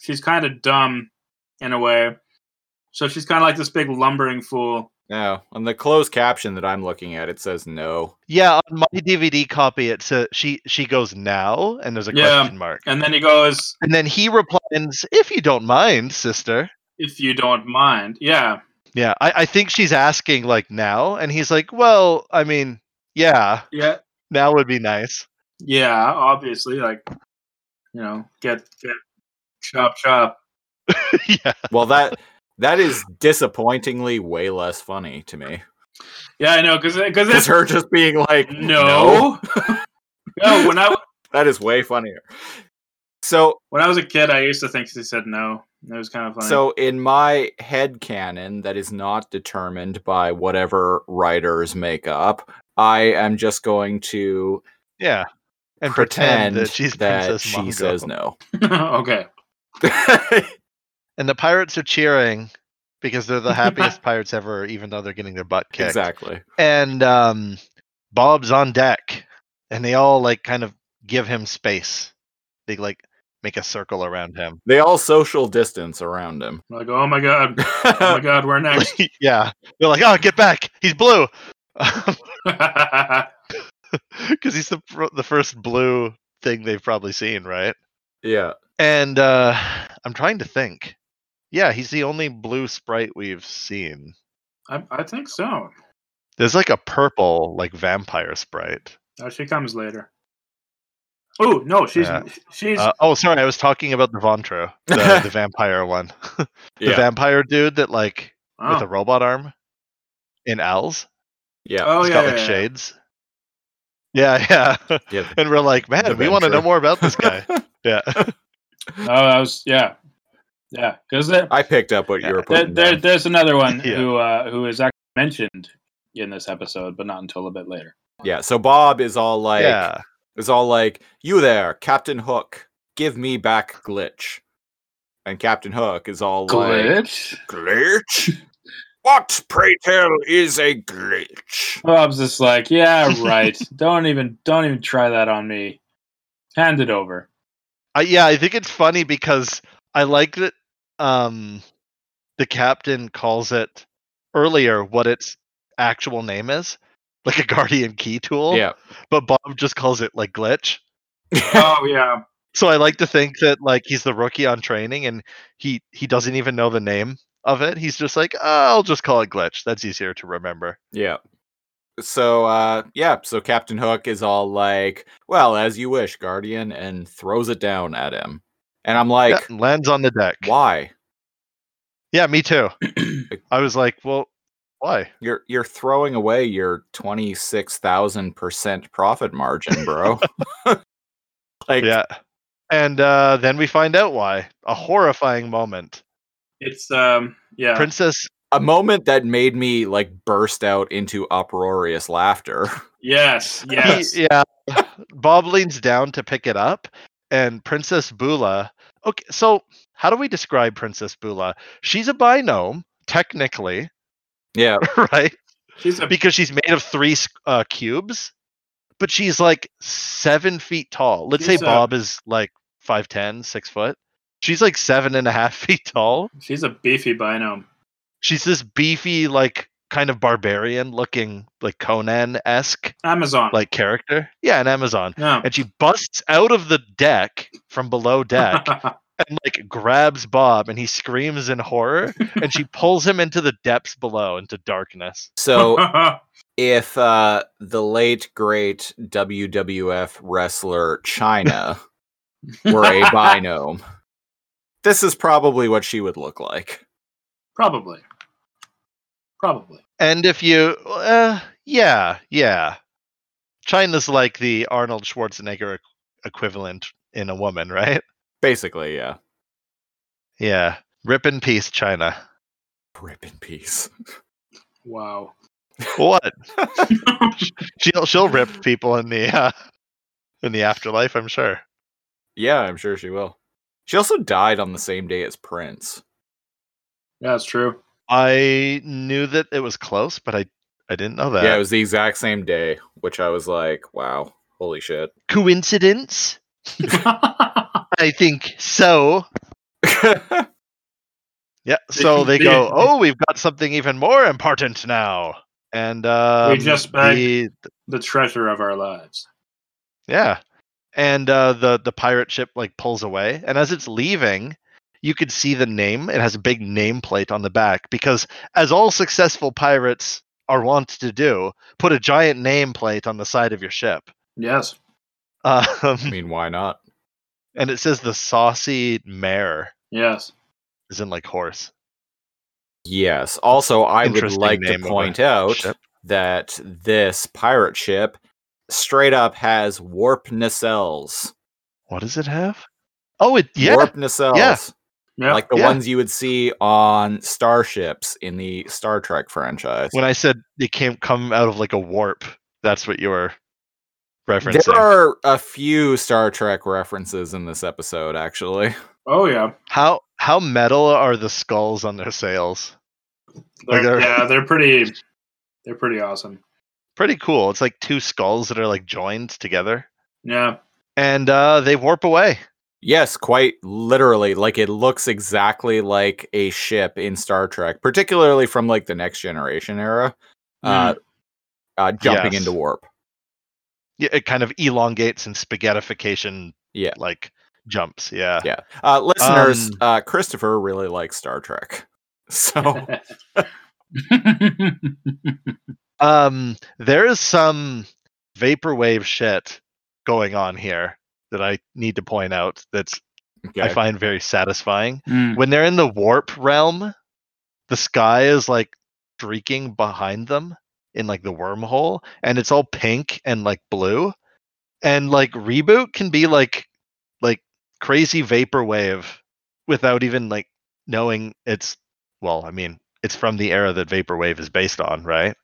S3: she's kind of dumb in a way so she's kind of like this big lumbering fool
S2: no. On the closed caption that I'm looking at, it says no.
S1: Yeah, on my DVD copy, it says she she goes now, and there's a
S3: Yeah.
S1: question mark,
S3: and then he goes
S1: and then he replies, "If you don't mind, sister."
S3: if you don't mind yeah
S1: Yeah, I, I think she's asking like now, and he's like, "Well, I mean, yeah,
S3: yeah
S1: now would be nice." *laughs*
S3: yeah obviously like you know get get chop chop
S1: yeah,
S2: Well, that that is disappointingly way less funny to me. *laughs*
S3: yeah i know because because
S2: It's
S3: it's
S2: her just being like,
S3: no *laughs* no when i
S2: That is way funnier. So
S3: when i was a kid i used to think she said no it was kind of funny
S2: so in my head canon that is not determined by whatever writers make up, I am just going to
S1: yeah, and pretend, that she's
S2: that
S1: Princess
S2: she
S1: Mongo.
S2: says no.
S3: *laughs* okay
S1: And the pirates are cheering because they're the
S2: *laughs*
S1: happiest pirates ever, even though they're getting their butt kicked.
S2: exactly.
S1: and um, Bob's on deck, and they all like kind of give him space. They like make a circle around him.
S2: They all social distance around him.
S3: like oh my god oh my god we're
S1: *laughs*
S3: next *laughs*
S1: yeah, they're like, "Oh, get back! He's blue," *laughs* because he's the fir- the first blue thing they've probably seen, right?
S2: *laughs* yeah.
S1: And uh, I'm trying to think. Yeah, he's the only blue sprite we've seen.
S3: I, I think so.
S1: There's like a purple, like vampire sprite.
S3: Oh, she comes later. Oh no, she's
S1: Yeah.
S3: she's
S1: Uh, oh, sorry, I was talking about the Vontro,
S3: *laughs*
S1: the, the vampire one, *laughs* the
S2: Yeah.
S1: vampire dude that like
S3: oh.
S1: with a robot arm in owls.
S2: yeah.
S3: Oh,
S1: it's
S3: yeah,
S1: got
S3: yeah,
S1: like
S3: yeah.
S1: shades. Yeah, yeah. *laughs*
S2: yeah.
S1: and we're like, man, we want to know
S2: Adventure.
S1: more about
S3: *laughs*
S1: this guy. yeah.
S3: Oh, that was yeah, yeah. Because there,
S2: *laughs* I picked up what you were
S3: there,
S2: putting
S3: there-
S2: down.
S3: there's another one
S1: *laughs* Yeah.
S3: who uh, who is actually mentioned in this episode, but not until a bit later.
S2: Yeah. So Bob is all
S1: *laughs*
S2: like
S1: yeah.
S2: is all like, "You there, Captain Hook? Give me back Glitch." And Captain Hook is all like,
S3: Glitch.
S2: "Glitch? What pray tell is a glitch?"
S3: Bob's just like, yeah, right. *laughs* don't even don't even try that on me. Hand it over.
S1: I, yeah, I think it's funny because I like that um the captain calls it earlier what its actual name is, *laughs* like a guardian key tool.
S2: Yeah.
S1: But Bob just calls it like glitch.
S3: oh yeah,
S1: So I like to think that like he's the rookie on training and he he doesn't even know the name of it. He's just like, "Ah, I'll just call it glitch. That's easier to remember.
S2: Yeah. So uh yeah, so Captain Hook is all like, "Well, as you wish, Guardian," and throws it down at him. And I'm
S1: Yeah,
S2: like,
S1: and lands on the deck.
S2: "Why?
S1: Yeah, me
S2: *clears throat*
S1: too. I was like, well, why?
S2: You're you're throwing away your 26,000% profit margin, bro." *laughs* like
S1: Yeah. And uh, then we find out why. A horrifying moment.
S3: It's um yeah.
S1: Princess
S2: a moment that made me like burst out into uproarious laughter. *laughs*
S1: *laughs*
S3: yes,
S1: He-
S3: yes.
S1: yeah. Bob leans down to pick it up, and Princess Bula. Okay, so how do we describe Princess Bula? She's a binome, technically, *laughs*
S2: yeah.
S1: right?
S3: She's a
S1: Because she's made of three s- uh, cubes, but she's like seven feet tall. Let's
S3: She's
S1: say
S3: uh, a-
S1: Bob is like 5'10, six foot. She's like seven and a half *laughs* feet tall.
S3: she's a beefy binome.
S1: She's this beefy, like kind of barbarian looking, like Conan esque
S3: Amazon.
S1: like character. Yeah, an Amazon.
S3: no.
S1: and she busts out of the deck from below
S3: *laughs*
S1: deck and like grabs Bob and he screams in horror and she pulls him into the depths below into darkness.
S2: So if uh the late great WWF wrestler
S1: *laughs*
S2: China were a binome, this is probably what she would look like.
S3: *laughs* Probably. Probably.
S1: And if you uh yeah, yeah. China's like the Arnold Schwarzenegger equ- equivalent in a woman, right?
S2: Basically, yeah.
S1: Yeah. Rip in peace, China.
S2: Rip in peace.
S3: Wow.
S2: *laughs*
S1: What? she'll she'll rip people in the uh, in the afterlife, I'm sure.
S2: Yeah, I'm sure she will. She also died on the same day as Prince.
S3: Yeah, it's true. *laughs*
S1: I knew that it was close, but I I didn't know that.
S2: yeah, it was the exact same day, which I was like, wow, holy shit. *laughs*
S1: coincidence?
S3: yeah,
S1: I think so. Yeah. So they go,
S3: Yeah.
S1: oh, we've got something even more important now, and um,
S3: just bagged-
S1: the-
S3: the treasure of our lives.
S1: yeah, and uh, the the pirate ship like pulls away, and as it's leaving. You could see the name. It has a big nameplate on the back because, as all successful pirates are wont to do, put a giant nameplate on the side of your ship. *laughs*
S3: Yes.
S1: Um,
S2: I mean, why not?
S1: and it says the saucy mare
S3: Yes.
S1: is in like horse.
S2: Yes. Also, I would
S1: Interesting
S2: like to
S1: name of a
S2: point out
S1: ship.
S2: that this pirate ship straight up has warp nacelles.
S1: What does it have? Oh, it yeah.
S2: Warp nacelles.
S3: Yeah.
S2: Like the
S1: yeah.
S2: ones you would see on starships in the Star Trek franchise.
S1: When I said they came come out of like a warp, that's what you were referencing.
S2: there are a few Star Trek references in this episode, actually. *laughs*
S3: oh yeah.
S1: how how metal are the skulls on their sails? Like
S3: They're,
S1: they're-
S3: yeah, they're pretty they're pretty awesome.
S1: Pretty cool. It's like two skulls that are like joined together,
S3: *laughs* Yeah.
S1: and uh, they warp away.
S2: Yes, quite literally. Like it looks exactly like a ship in Star Trek, particularly from like the Next Generation era. Uh, uh, jumping
S1: Mm. Yes.
S2: into warp.
S1: Yeah, It kind of elongates and spaghettification.
S2: Yeah.
S1: like jumps. Yeah,
S2: *laughs* Yeah. Uh, listeners,
S1: Um,
S2: uh, Christopher really likes Star Trek. *laughs*
S1: *laughs*
S2: So
S1: Um, there is some vaporwave shit going on here that I need to point out. That's I
S2: okay. Mm.
S1: find very satisfying. when they're in the warp realm, the sky is like streaking behind them in like the wormhole, and it's all pink and like blue. And like reboot can be like like crazy vaporwave without even like knowing it's well, I mean, it's from the era that vaporwave is based on, right?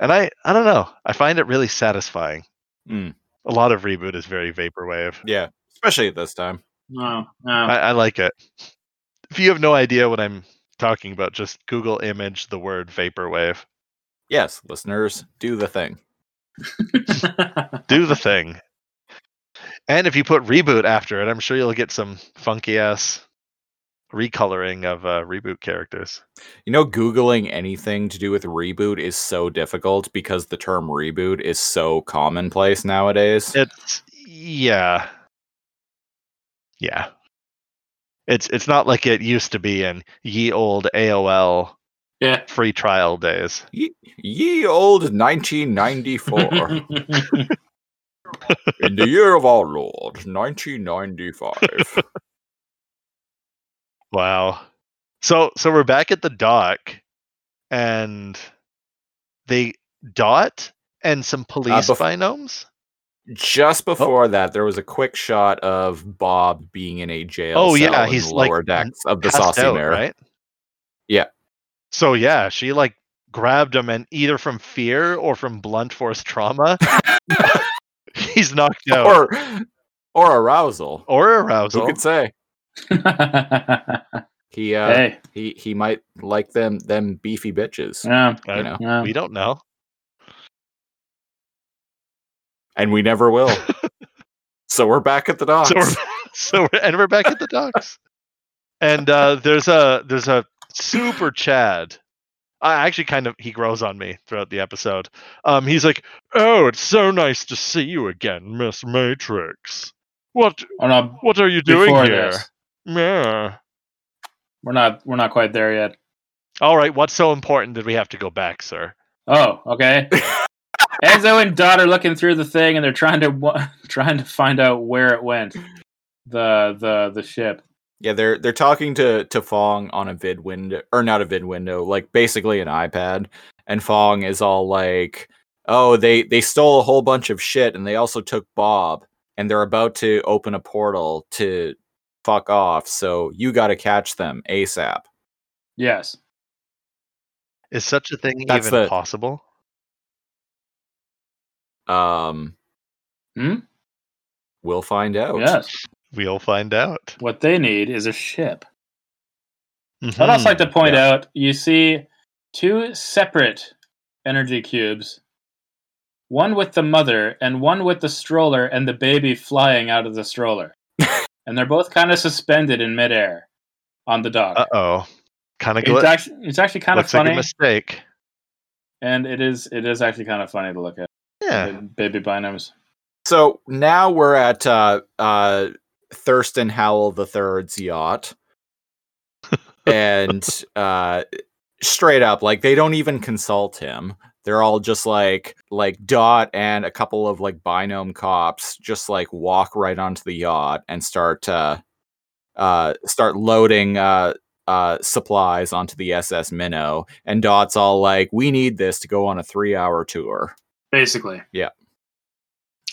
S1: And I I don't know. I find it really satisfying.
S2: Mm.
S1: A lot of reboot is very vaporwave.
S2: yeah, especially at this time.
S3: No, no. *laughs*
S1: I, I like it. If you have no idea what I'm talking about, just Google image the word vaporwave.
S2: Yes, listeners, do the thing.
S1: Do the thing. And if you put reboot after it, I'm sure you'll get some funky ass recoloring of uh, reboot characters.
S2: You know, Googling anything to do with reboot is so difficult because the term reboot is so commonplace nowadays.
S1: It's yeah. Yeah. It's it's not like it used to be in ye old AOL
S3: Yeah.
S1: free trial days.
S2: Ye
S1: *laughs*
S2: old 1994. in the year of our Lord, 1995.
S1: Wow. So so we're back at the dock and they dot and some police
S2: Uh, bef-
S1: binomes.
S2: Just
S1: Oh.
S2: before that, there was a quick shot of Bob being in a jail.
S1: Oh,
S2: cell
S1: yeah,
S2: in
S1: he's,
S2: the
S1: like,
S2: lower decks of the
S1: passed
S2: Saucy
S1: out,
S2: Mare.
S1: right?
S2: Yeah.
S1: So yeah, she like grabbed him and either from fear or from blunt force
S2: *laughs*
S1: trauma, *laughs* he's knocked out. *laughs* Or,
S2: Or or arousal. Who
S1: arousal.
S2: could say? He uh,
S3: hey,
S2: he he might like them them beefy bitches.
S3: yeah,
S1: I-
S2: You know,
S3: yeah.
S1: We don't know.
S2: and we never will. so we're back at the docks.
S1: so we're, *laughs* so we're, and we're back at the docks and uh there's a there's a super chad i actually kind of he grows on me throughout the episode um he's like oh it's so nice to see you again miss matrix what
S3: We're not
S1: what are you doing
S3: Oh, before
S1: here
S3: this.
S1: yeah
S3: We're not. We're not quite there yet.
S1: all right what's so important that we have to go back sir
S3: Oh,
S1: *laughs*
S3: okay. Enzo and Dot are looking through the thing, and they're trying to wa- *laughs* trying to find out where it went. The the the ship.
S2: yeah, they're they're talking to to Fong on a vid window or not a vid window, like basically an iPad. And Fong is all like, "Oh, they they stole a whole bunch of shit, and they also took Bob, and they're about to open a portal to fuck off. So you got to catch them asap."
S3: Yes.
S1: is such a thing
S2: That's
S1: even
S2: the-
S1: possible
S2: Um,
S3: Hmm?
S2: we'll find out.
S3: Yes.
S1: we'll find out
S3: What they need is a ship. I'd also like to
S1: Mhm.
S3: point out you see two separate energy cubes, one with the mother and one with the stroller and the baby flying out of
S1: *laughs*
S3: the stroller. and they're both kind of suspended in midair on the dock.
S1: uh-oh kind of
S3: it's, actually, it's actually kind
S1: Uh,
S3: of
S1: looks
S3: funny,
S1: like a mistake
S3: and it is it is actually kind of funny to look at.
S1: yeah
S3: the Baby binoms.
S2: So now we're at uh, uh, Thurston Howell the Third's yacht, and uh, straight up, like they don't even consult him. They're all just like like Dot and a couple of like binome cops just like walk right onto the yacht and start uh, uh, start loading uh, uh, supplies onto the SS Minnow. And Dot's all like, "We need this to go on a three hour tour."
S3: Basically.
S2: Yeah.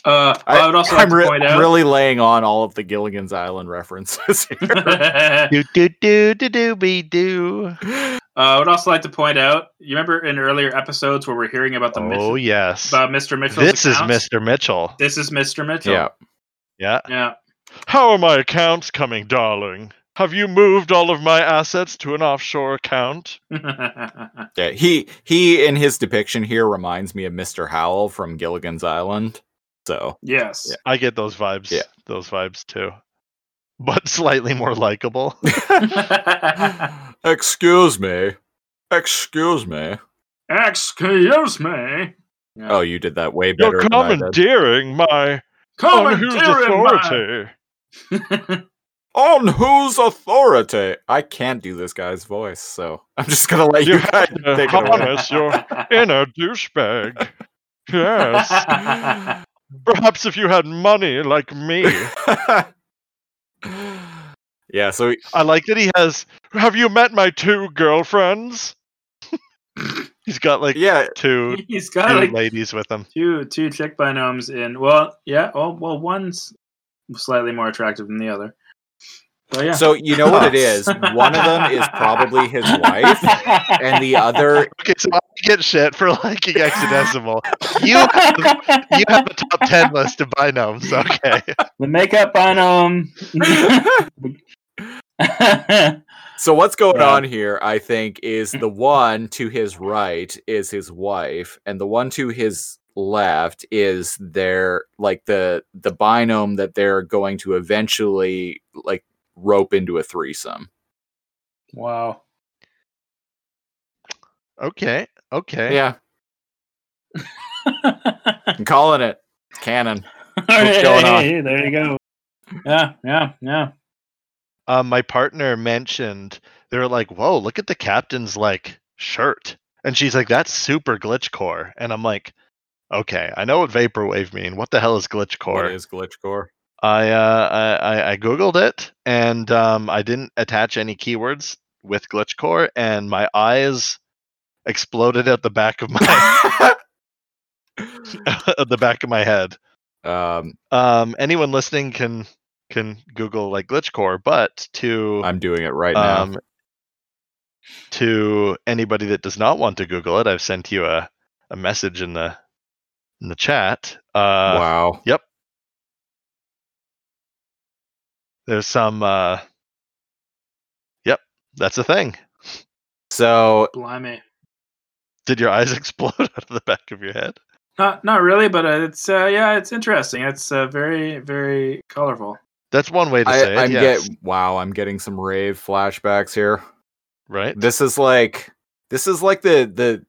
S3: Uh, I would also like
S2: am
S3: to point out.
S2: really laying on all of the Gilligan's Island references *laughs* here.
S1: do do do do do be do
S3: *laughs* Uh, I would also like to point out. You remember in earlier episodes where we're hearing about the
S1: Oh
S3: Mitchell,
S1: yes.
S3: about Mr. Mitchell's
S1: This is
S3: accounts?
S1: Mr. Mitchell.
S3: This is Mr. Mitchell.
S2: yeah.
S1: Yeah.
S3: Yeah.
S1: How are my accounts coming, darling? Have you moved all of my assets to an offshore account?
S2: yeah. He he in his depiction here reminds me of Mr. Howell from Gilligan's Island.
S3: *laughs*
S2: So
S3: *laughs* yes.
S1: I get those vibes.
S2: Yeah.
S1: Those vibes too. But slightly more
S2: *laughs*
S1: likable.
S2: Excuse me. Excuse me.
S3: *laughs* Excuse me. Yeah.
S2: Oh, you did that way better
S1: You're
S2: than I did.
S1: commandeering my
S3: Come
S1: on
S3: and
S1: whose
S3: tear in my-
S1: authority.
S2: On whose authority? I can't do this guy's voice, so I'm just gonna let you,
S1: You
S2: guys
S1: had
S2: *laughs* take
S1: to
S2: it away.
S1: harness your inner
S3: *laughs*
S1: douchebag. Yes. Perhaps if you had money like me.
S2: *laughs* yeah, so he-
S1: I like that he has. Have you met my two girlfriends? *laughs* He's got like
S2: yeah,
S1: two,
S3: He's
S1: two
S3: got like
S1: ladies with him.
S3: two two chick binomes in. Well, yeah. Oh, well, one's slightly more attractive than the other. But yeah.
S2: So you know
S3: *laughs*
S2: what it is. One of them is probably his wife, and the *laughs*
S3: *laughs*
S2: other.
S1: Okay, so I get shit for *laughs* liking hexadecimal.
S3: *laughs*
S1: you have, you have a top ten list of binomes. Okay,
S3: The makeup binome.
S2: *laughs*
S3: *laughs*
S2: So what's going
S3: Yeah.
S2: on here? I think is the one to his right is his wife, and the one to his left is their like the the binome that they're going to eventually like rope into a threesome.
S3: wow.
S1: okay, okay.
S2: Yeah, I'm calling it canon.
S3: All right,
S2: going on?
S3: there you go. Yeah, yeah, yeah.
S1: um, my partner mentioned they were like, "Whoa, look at the captain's like shirt," and she's like, "That's super glitch core," and I'm like, "Okay, I know what vaporwave mean. What the hell is glitch core?"
S2: What is glitch core?
S1: I, uh, I I- I googled it, and um, I didn't attach any keywords with glitch core, and my eyes exploded at the back of my *laughs* at the back of my head.
S2: um,
S1: Um, anyone listening can can Google like glitch core, but to
S2: I'm doing it right now.
S1: um, to anybody that does not want to Google it, I've sent you a, a message in the in the chat. Uh,
S2: wow.
S1: There's some. Uh, yep, that's a thing.
S2: So
S3: Blimey.
S1: Did your eyes *laughs* explode out of the back of your head?
S3: Not not really, but uh, it's uh, yeah, it's interesting. It's uh, very very colorful. *clears throat*
S1: That's one way to
S2: I,
S1: say it.
S2: I'm
S1: yes,
S2: get wow. I'm getting some rave flashbacks here.
S1: right.
S2: This is like this is like the the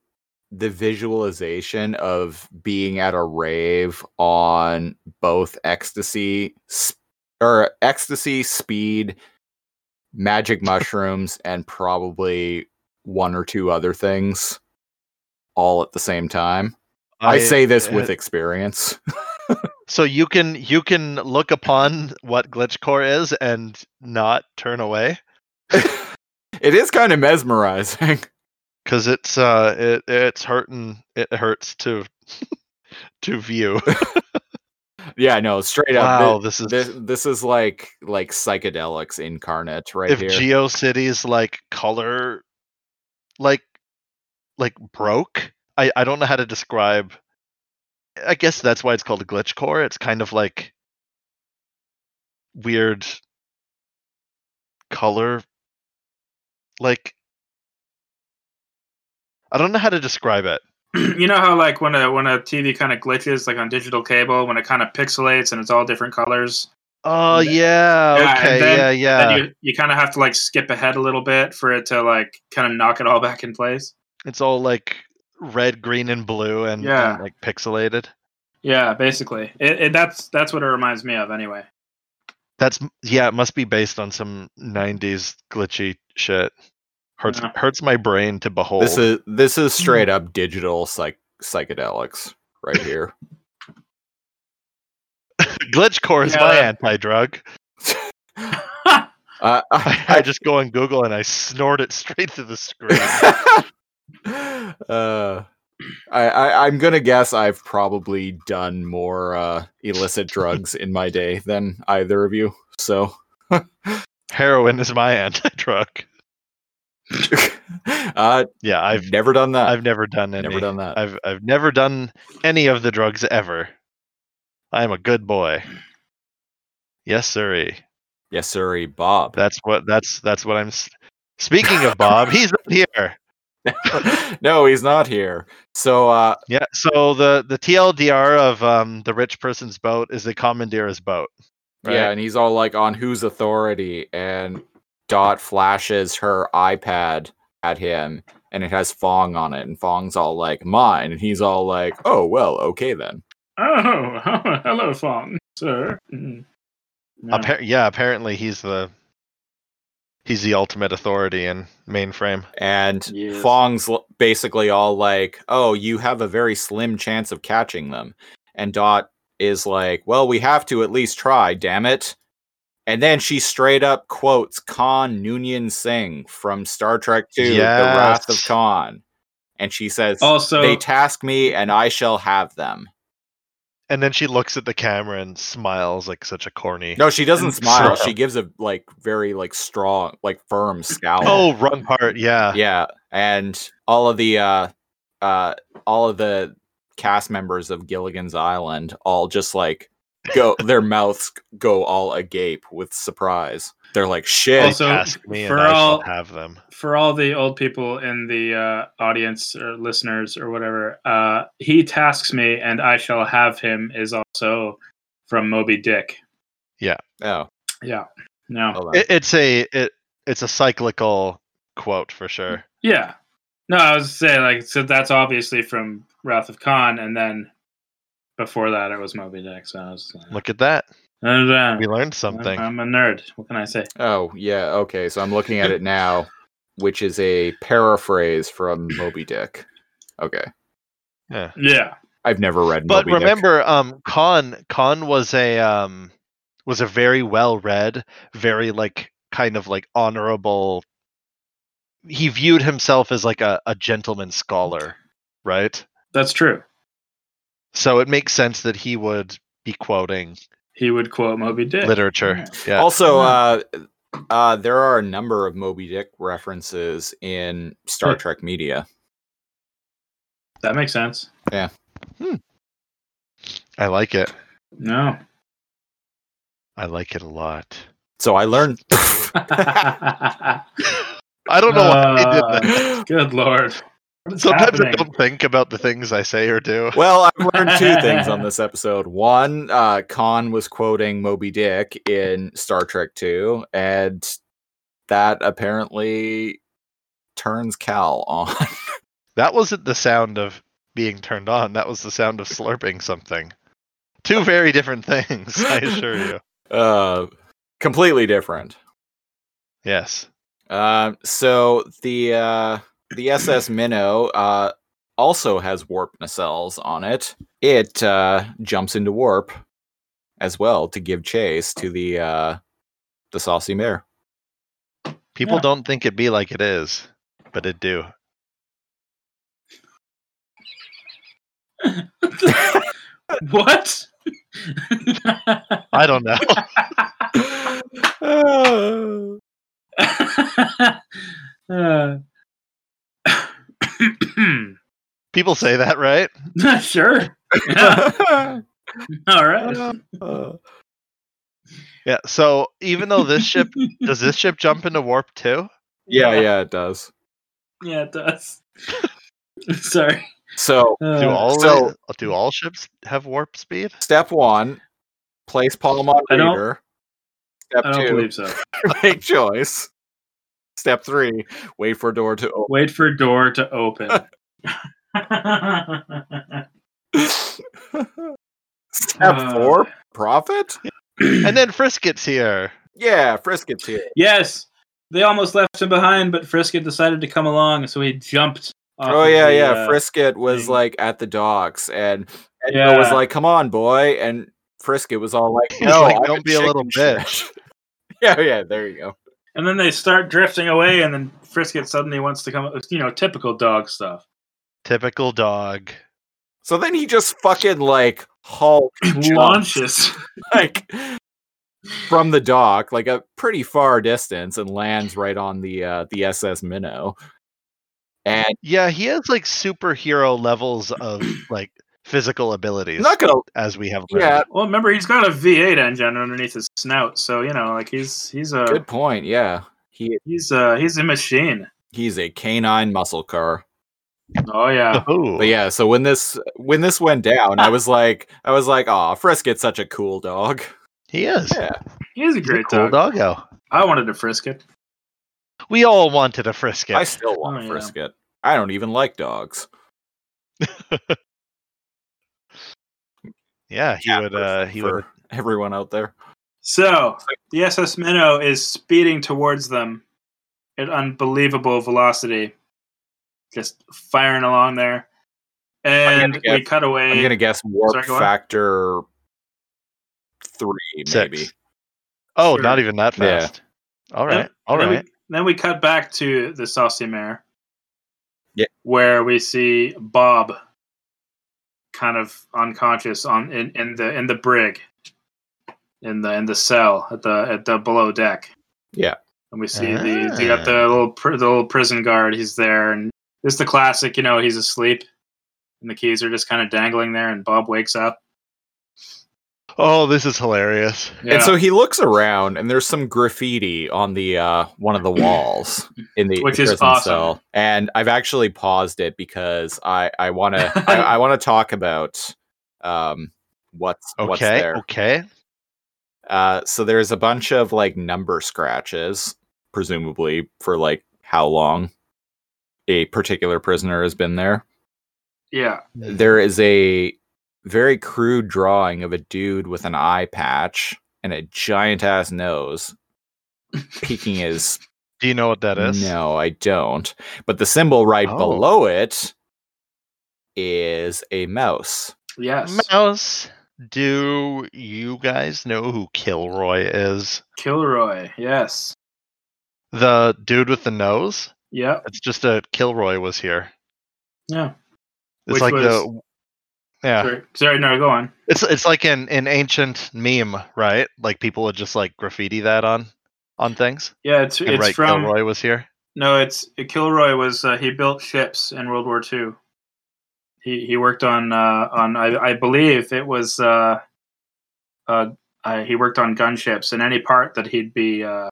S2: the visualization of being at a rave on both ecstasy sp- or ecstasy speed
S1: *laughs*
S2: magic mushrooms and probably one or two other things all at the same time i, say
S1: *laughs*
S2: this with
S1: uh,
S2: experience *laughs*
S1: So you can you can look upon what glitch core is and not turn away
S2: it is kind of mesmerizing *laughs*
S1: because it's uh it it's hurting it hurts to *laughs* to view.
S2: yeah no straight up
S1: wow,
S2: thi-
S1: this is
S2: this this is like like psychedelics incarnate right
S1: if
S2: here
S1: GeoCities like color like like broke. I I don't know how to describe. I guess that's why it's called a glitch core. It's kind of like weird color like I don't know how to describe it.
S3: you know how like when a when a TV kind of glitches, like on digital cable, when it kind of pixelates and it's all different colors,
S1: Oh
S3: Th-
S1: yeah,
S3: yeah, and
S1: okay,
S3: then-
S1: yeah, yeah.
S3: then you you kind of have to like skip ahead a little bit for it to like kind of knock it all back in place.
S1: it's all like red, green, and blue, and,
S3: Yeah.
S1: and like pixelated.
S3: Yeah, basically, it, it, that's that's what it reminds me of anyway.
S1: That's m- yeah, it must be based on some '90s glitchy shit. Hurts
S3: Yeah.
S1: hurts my brain to behold.
S2: This is this
S1: Hmm.
S2: is straight up digital psych psychedelics
S1: *laughs*
S2: right here.
S1: glitch core is my
S3: Yeah.
S2: *laughs*
S1: anti-drug. *laughs*
S2: Uh, *laughs*
S1: I, I just go on Google and I snort it straight through the
S2: *laughs*
S1: screen.
S2: I, uh, I, I I'm gonna guess I've probably done more uh,
S1: *laughs*
S2: illicit drugs in my day than either of you. So *laughs*
S1: Heroin is my anti-drug.
S2: uh,
S1: Yeah, I've
S2: I've never done that.
S1: I've never done any.
S2: never done that.
S1: I've I've never done any of the drugs ever. I'm a good boy. Yes, sirree.
S2: yes, sirree, Bob.
S1: That's what that's that's what I'm. s- Speaking of Bob, he's up here.
S2: *laughs* no, he's not here. So uh,
S1: Yeah. So the the TLDR of um, the rich person's boat is the commandeer's boat. Right?
S2: Yeah, and he's all like, on whose authority? And Dot flashes her iPad at him, and it has Fong on it, and Fong's all like, mine. And he's all like, oh, well, okay then.
S3: Oh, *laughs* hello, Fong, sir. Mm. Yeah.
S1: Appar- yeah. Apparently, he's the he's the ultimate authority in mainframe.
S2: And
S3: Yes.
S2: Fong's l- basically all like, oh, you have a very slim chance of catching them. And Dot is like, well, we have to at least try, damn it. And then she straight up quotes Khan Noonien Singh from Star Trek II, The Wrath of
S1: Yes.
S2: Khan. And she says,
S3: Also,
S2: they task me and I shall have them.
S1: And then she looks at the camera and smiles like such a corny.
S2: No, she doesn't
S1: And
S2: smile.
S1: so-
S2: She gives a like very like strong, like firm scowl.
S1: Oh, run part. Yeah.
S2: yeah. And all of the uh uh all of the cast members of Gilligan's Island all just like go their mouths go all agape with surprise. They're like shit.
S3: Also- So,
S1: Ask me, and
S3: for
S1: I shall
S3: all-
S1: have them.
S3: for all the old people in the uh, audience or listeners or whatever, uh, he tasks me and I shall have him is also from Moby Dick.
S2: oh,
S3: Yeah. No.
S2: hold on.
S1: It, it's a it it's a cyclical quote for sure.
S3: Yeah. No, I was saying like so that's obviously from Wrath of Khan, and then before that it was Moby Dick. So I was like,
S1: Look at that.
S3: Uh,
S1: We learned something.
S3: I'm a nerd. What can I say?
S2: Oh, yeah. Okay. So I'm looking at it now, which is a paraphrase from Moby Dick. Okay.
S1: Yeah.
S3: Yeah.
S2: I've never read
S1: But
S2: Moby Dick.
S1: remember, um, Khan Khan was a um, was a very well read, very like kind of like honorable. He viewed himself as like a, a gentleman scholar, right?
S3: That's true.
S1: So it makes sense that he would be quoting
S3: He would quote Moby Dick.
S1: literature. Yeah.
S2: Also, uh, uh, there are a number of Moby Dick references in Star
S3: Hmm.
S2: Trek media.
S3: That makes sense.
S1: I like it.
S3: No. *laughs*
S1: I like it a lot.
S2: So
S1: *laughs*
S2: I learned.
S3: Good
S1: I don't know why I did that.
S3: lord. What is
S1: Sometimes I
S3: happening?
S1: don't think about the things I say or do.
S2: well, I've learned two things on this episode. One, uh, Khan was quoting Moby Dick in Star Trek 2, and that apparently turns Cal on. *laughs*
S1: That wasn't the sound of being turned on. That was the sound of slurping something. Two very different things, I assure you.
S2: uh, completely different.
S1: Yes.
S2: Um, so the uh, the SS Minnow uh, also has warp nacelles on it. It uh, jumps into warp as well to give chase to the uh, the saucy mare.
S1: People
S3: Yeah.
S1: don't think it be like it is, but it do.
S3: *laughs* what?
S1: I don't know. *laughs*
S3: Uh, *coughs*
S1: People say that, right?
S3: sure. Yeah. All right.
S1: Yeah. So even though this ship does this ship jump into warp too?
S2: yeah, yeah, it does.
S3: Yeah, it does. *laughs* Sorry.
S2: So
S1: Do
S3: Uh,
S1: all
S2: so-
S1: do all ships have warp speed?
S2: step one, place palm on
S3: I don't-
S2: reader. Step
S3: I don't
S2: two, *laughs*
S3: believe so.
S2: make choice. Step three, wait for door to open.
S3: Wait for door to open. *coughs*
S2: Step
S3: Uh.
S2: four, profit.
S1: *laughs* And then Frisket's here.
S2: Yeah, Frisket's here.
S3: yes, they almost left him behind, but Frisket decided to come along, so he jumped. off
S2: Oh
S3: of
S2: yeah,
S3: the,
S2: yeah.
S3: uh,
S2: Frisket was
S3: thing.
S2: like at the docks, and and Bill was
S3: Yeah.
S2: like, "Come on, boy!" And Frisket was all like,
S1: He was
S2: "No,
S1: like,
S2: I'm
S1: "Don't be a little
S2: chicken shit." *laughs* yeah, yeah. There you go.
S3: and then they start drifting away, and then Frisket suddenly wants to come. You know, typical dog stuff.
S1: Typical dog.
S2: So then he just fucking like Hulk jumps,
S3: Launches.
S2: *laughs* like from the dock, like a pretty far distance, and lands right on the uh, the SS Minnow. And
S1: Yeah, he has like superhero levels of like physical abilities
S2: I'm not gonna,
S1: as we have learned.
S2: yeah,
S3: *laughs* Well, remember he's got a V8 engine underneath his snout, so you know, like he's he's a
S2: good point. Yeah, he
S3: he's a he's a machine.
S2: he's a canine muscle car.
S1: *laughs*
S3: Oh yeah.
S1: Oh.
S2: But yeah, so when this when this went down,
S1: Ah.
S2: I was like, I was like, oh, Frisket's such a
S1: *laughs*
S2: cool dog.
S1: He is.
S2: *laughs* Yeah,
S1: He's
S3: He's a
S1: a
S3: great
S1: cool
S3: dog.
S1: doggo.
S3: I wanted a Frisket.
S1: We all wanted a frisket.
S2: I still want
S3: Oh, yeah.
S2: Frisket. I don't even like dogs.
S1: yeah, he would.
S2: for-
S1: Uh, he
S2: for
S1: would.
S2: *laughs* everyone out there.
S3: So the SS Minnow is speeding towards them at unbelievable velocity, just firing along there. And we
S2: guess-
S3: cut away.
S2: I'm gonna guess warp
S3: Sorry, go on.
S2: factor three,
S1: Six.
S2: maybe.
S1: Oh,
S3: Sure.
S1: not even that
S2: Yeah.
S1: fast. All
S3: Yep.
S1: right. All
S3: then
S1: right.
S3: We, then we cut back to the Saucy Mare.
S2: Yeah.
S3: Where we see Bob kind of unconscious on in, in the in the brig. In the in the cell at the at the below deck.
S2: Yeah.
S3: And we see the they got the little pr- the little prison guard, he's there and it's the classic, you know, he's asleep and the keys are just kind of dangling there and Bob wakes up.
S1: Oh, this is hilarious.
S3: Yeah.
S2: And so he looks around, and there's some graffiti on the uh, one of the walls in the
S3: Which is
S2: prison
S3: awesome.
S2: cell. And I've actually paused it because I I want
S3: *laughs*
S2: to I, I want to talk about um what's what's
S1: Okay.
S2: there.
S1: Okay.
S2: Uh, so there's a bunch of like number scratches, presumably for like how long a particular prisoner has been there.
S3: yeah.
S2: There is a very crude drawing of a dude with an eye patch and a giant ass nose
S1: *laughs*
S2: peeking his
S1: Do you know what that is?
S2: No, I don't. But the symbol right
S1: Oh.
S2: below it is a mouse.
S3: Yes.
S1: Mouse. Do you guys know who Kilroy is?
S3: Kilroy. Yes.
S1: The dude with the nose?
S3: Yep.
S1: It's just a Kilroy was here.
S3: Yeah.
S1: It's
S3: Which
S1: like the
S3: was-
S1: yeah.
S3: Sorry. Sorry. No, go on.
S1: It's it's like an an ancient meme, right? Like people would just like graffiti that on on things.
S3: Yeah, it's
S1: And
S3: it's
S1: right,
S3: from
S1: Kilroy was here.
S3: no, it's Kilroy was uh, he built ships in World War II. He he worked on uh, on I, I believe it was uh, uh, uh, he worked on gunships and any part that he'd be uh,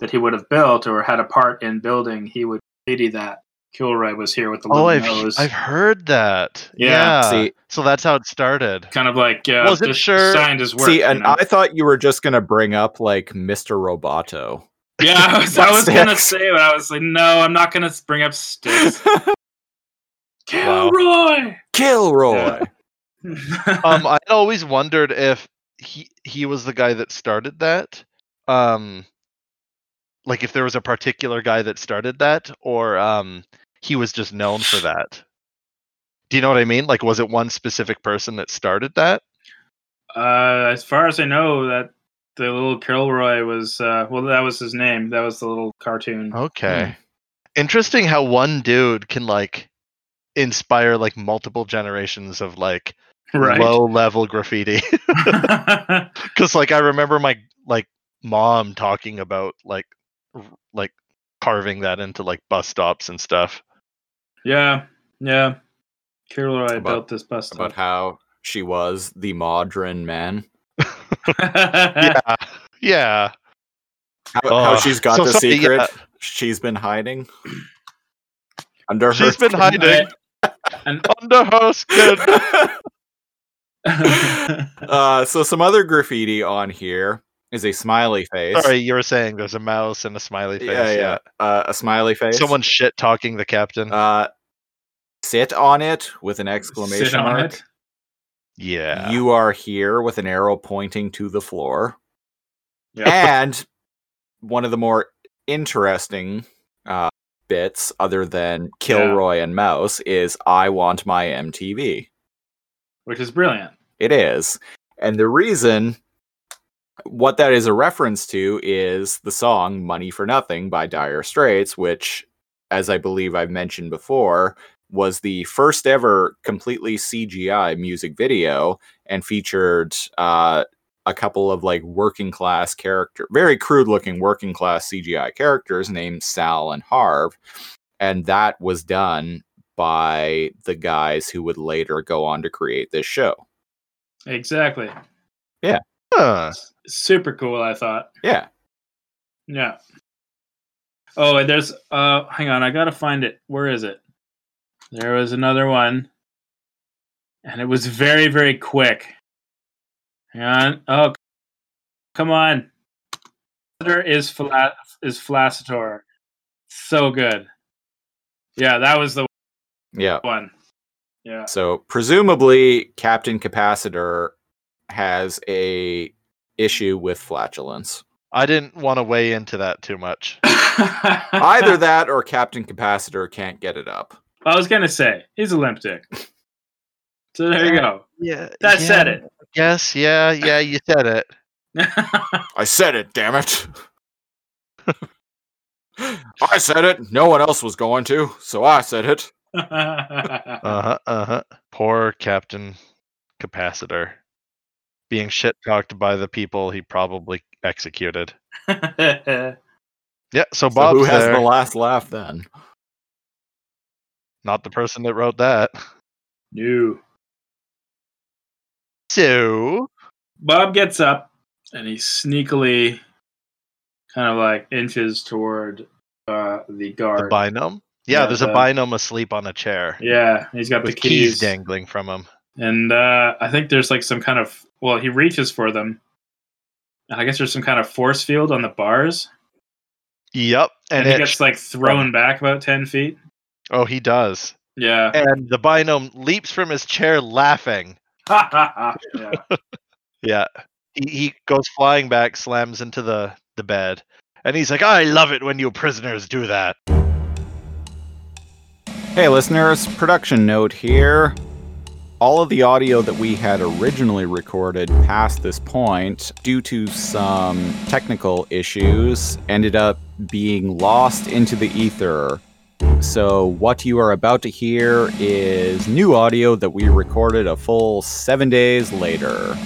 S3: that he would have built or had a part in building he would pity that Kilroy was here with the
S1: Oh,
S3: little
S1: I've
S3: nose,
S1: I've heard that.
S3: Yeah,
S1: Yeah.
S2: see-
S1: so that's how it started.
S3: *laughs* kind of like yeah,
S1: Wasn't
S3: just
S1: sure-
S3: signed his work.
S2: See,
S3: you
S2: and
S3: know?
S2: I thought you were just gonna bring up like Mr. Roboto.
S3: *laughs* yeah, I was, I was gonna
S2: Sticks.
S3: say, but I was like, no, I'm not gonna bring
S2: *laughs*
S3: up sticks.
S2: Wow.
S3: Kilroy.
S2: Kilroy.
S1: *laughs* um, I always wondered if he he was the guy that started that. Um, like if there was a particular guy that started that, or um, he was just known for that. Do you know what I mean? Like, was it one specific person that started that?
S3: Uh, as far as I know, that the little Kilroy was uh, well, that was his name. That was the little cartoon.
S1: Okay. Hmm. Interesting how one dude can like inspire like multiple generations of like
S3: *laughs*
S1: low level graffiti. Cuz like I remember my like mom talking about like r- like carving that into like bus stops and
S3: *laughs*
S1: stuff.
S3: yeah, yeah. Kilroy
S2: About-
S3: built this bus
S2: About
S3: *laughs* stop.
S2: how she was the modern man.
S1: Yeah. Yeah.
S2: How, how
S1: Ugh.
S2: she's got
S1: So
S2: the
S1: sorry,
S2: secret
S1: yeah.
S2: she's been hiding. *clears throat* Under
S1: She's
S2: her
S1: been
S2: *laughs*
S1: hiding under her skin.
S2: uh, so some other graffiti on here is a smiley face.
S1: Sorry, you were saying there's a mouse and a smiley face.
S2: yeah, yeah. Uh, a smiley face.
S1: Someone shit talking the captain.
S2: uh, sit on it with an *laughs* exclamation
S3: Sit on
S2: mark.
S3: it.
S1: yeah.
S2: You are here with an arrow pointing to the floor. And one of the more interesting uh, bits, other than Kilroy and Mouse, is I want my MTV.
S3: which is brilliant.
S2: It is. And the reason what that is a reference to is the song Money for Nothing by Dire Straits, which, as I believe I've mentioned before, was the first ever completely CGI music video and featured uh, a couple of like working class character, very crude looking working class CGI characters named Sal and Harv. And that was done by the guys who would later go on to create this show.
S3: Exactly.
S1: Huh.
S3: Super cool. I thought.
S2: Yeah.
S3: Yeah. Oh, and there's uh hang on, I gotta find it. Where is it? There was another one. And it was very, very quick. Hang on. Oh c- come on. Other is flat is Flacitor. So good. Yeah, that was the
S2: Yeah.
S3: one. Yeah. *laughs*
S2: So presumably Captain Capacitor has a issue with flatulence.
S1: I didn't want to weigh into that too much.
S2: Either that or Captain Capacitor can't get it up.
S3: I was gonna say, he's Olympic. So there you go.
S1: Yeah.
S3: That said it.
S1: Yes, yeah, yeah, you said it.
S2: I said it, damn it. I said it. No one else was going to, so I said it.
S3: *laughs*
S1: Uh-huh. Uh-huh. Poor Captain Capacitor. Being shit talked by the people he probably executed. Yeah, so
S2: So
S1: Bob
S2: who has
S1: there,
S2: the last laugh then?
S1: not the person that wrote that.
S3: *laughs* New.
S1: So
S3: Bob gets up and he sneakily kind of like inches toward uh, the
S1: the
S3: guard.
S1: binome? Yeah,
S3: Yeah,
S1: there's
S3: the-
S1: a binome asleep on a chair.
S3: yeah, he's got
S1: With
S3: the keys.
S1: keys dangling from him.
S3: And uh, I think there's like some kind of, well, he reaches for them. And I guess there's some kind of force field on the bars.
S1: Yep.
S3: And,
S1: And,
S3: he
S1: it
S3: gets like thrown back about 10 feet.
S1: Oh he does. *laughs*
S3: Yeah. *laughs*
S1: And the binome leaps from his chair laughing.
S3: yeah.
S1: Yeah. he, he goes flying back, slams into the, the bed, and he's like, I love it when you prisoners do that.
S2: Hey, listeners, production note here. All of the audio that we had originally recorded past this point, due to some technical issues, ended up being lost into the ether. So, what you are about to hear is new audio that we recorded a full seven days later.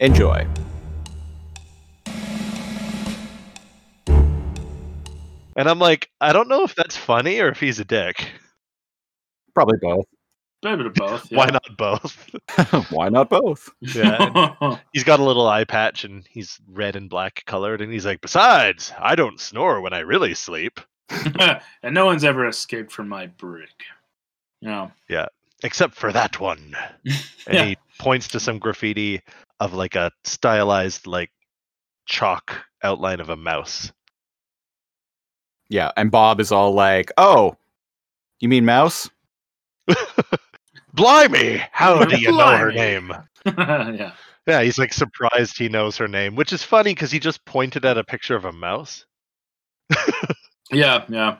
S2: Enjoy.
S1: And I'm like, I don't know if that's funny or if he's a dick.
S2: Probably both.
S3: Bit of both.
S1: Why not
S3: *laughs*
S1: both?
S2: *laughs* Why not both?
S1: Yeah. and he's got a little eye patch and he's red and black colored. And he's like, Besides, I don't snore when I really sleep,
S3: not? and no one's ever escaped from my brick. No. *laughs*
S1: except for that one. And
S3: Yeah.
S1: he points to some graffiti of like a stylized, like chalk outline of a mouse.
S2: Yeah, and Bob is all like, "Oh, you mean mouse?"
S1: Blimey! How do you know her
S3: Blimey.
S1: name?
S3: yeah.
S1: Yeah, he's like surprised he knows her name, which is funny because he just pointed at a picture of a mouse.
S3: Yeah. Yeah.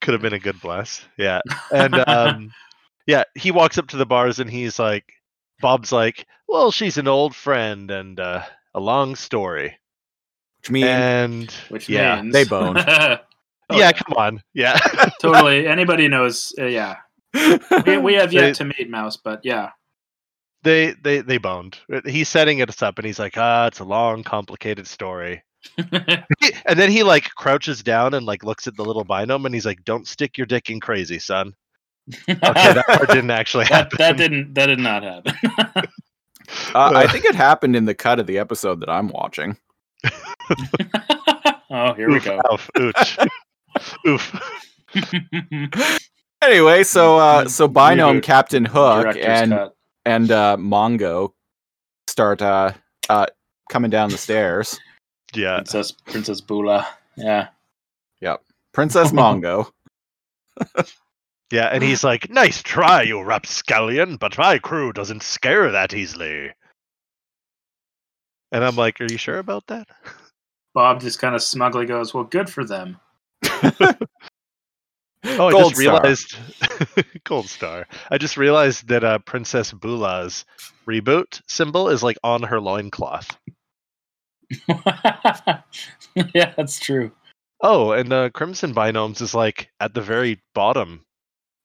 S1: could have been a good bless.
S3: *laughs*
S1: Yeah. And um yeah, he walks up to the bars and he's like Bob's like, "Well, she's an old friend and uh a long story."
S2: Which means
S1: And
S3: Which
S1: yeah.
S3: means
S2: they
S3: *laughs*
S2: boned.
S3: Oh,
S1: yeah, come on. Yeah. *laughs*
S3: totally. Anybody knows. uh, yeah. We, we have
S1: They-
S3: yet to meet Mouse, but yeah.
S1: they they they boned. He's setting us up and he's like, "Ah, it's a long complicated
S3: *laughs*
S1: story." and then he like crouches down and like looks at the little binome and he's like, "Don't stick your dick in crazy, son."
S3: *laughs*
S1: Okay, that part didn't actually
S3: that,
S1: happen.
S3: that didn't. That did not happen. *laughs*
S2: uh, I think it happened in the cut of the episode that I'm watching.
S3: oh, here
S1: *laughs*
S3: we
S1: Oof,
S3: go. *laughs*
S1: Oof, ouch. *laughs* Oof. *laughs*
S2: Anyway, so uh, so Binome
S3: Mm-hmm. Reboot.
S2: Captain Hook
S3: Director's
S2: and
S3: cut.
S2: and uh, Mongo start uh, uh, coming down the
S3: *laughs*
S2: stairs.
S1: Yeah.
S3: Princess Princess Bula. Yeah.
S2: Princess Mongo.
S1: Yeah, and he's like, "Nice try, you rapscallion, but my crew doesn't scare that easily." And I'm like, "Are you sure about that?"
S3: Bob just kind of smugly goes, "Well, good for them."
S2: *laughs*
S3: *laughs* Oh,
S1: Oh, I
S2: Hmm.
S1: just
S2: Gold star.
S1: realized *laughs* Gold Star. I just realized that uh, Princess Bula's reboot symbol is like on her loincloth.
S3: yeah, that's true.
S1: Oh, and uh, Crimson Binomes is like at the very bottom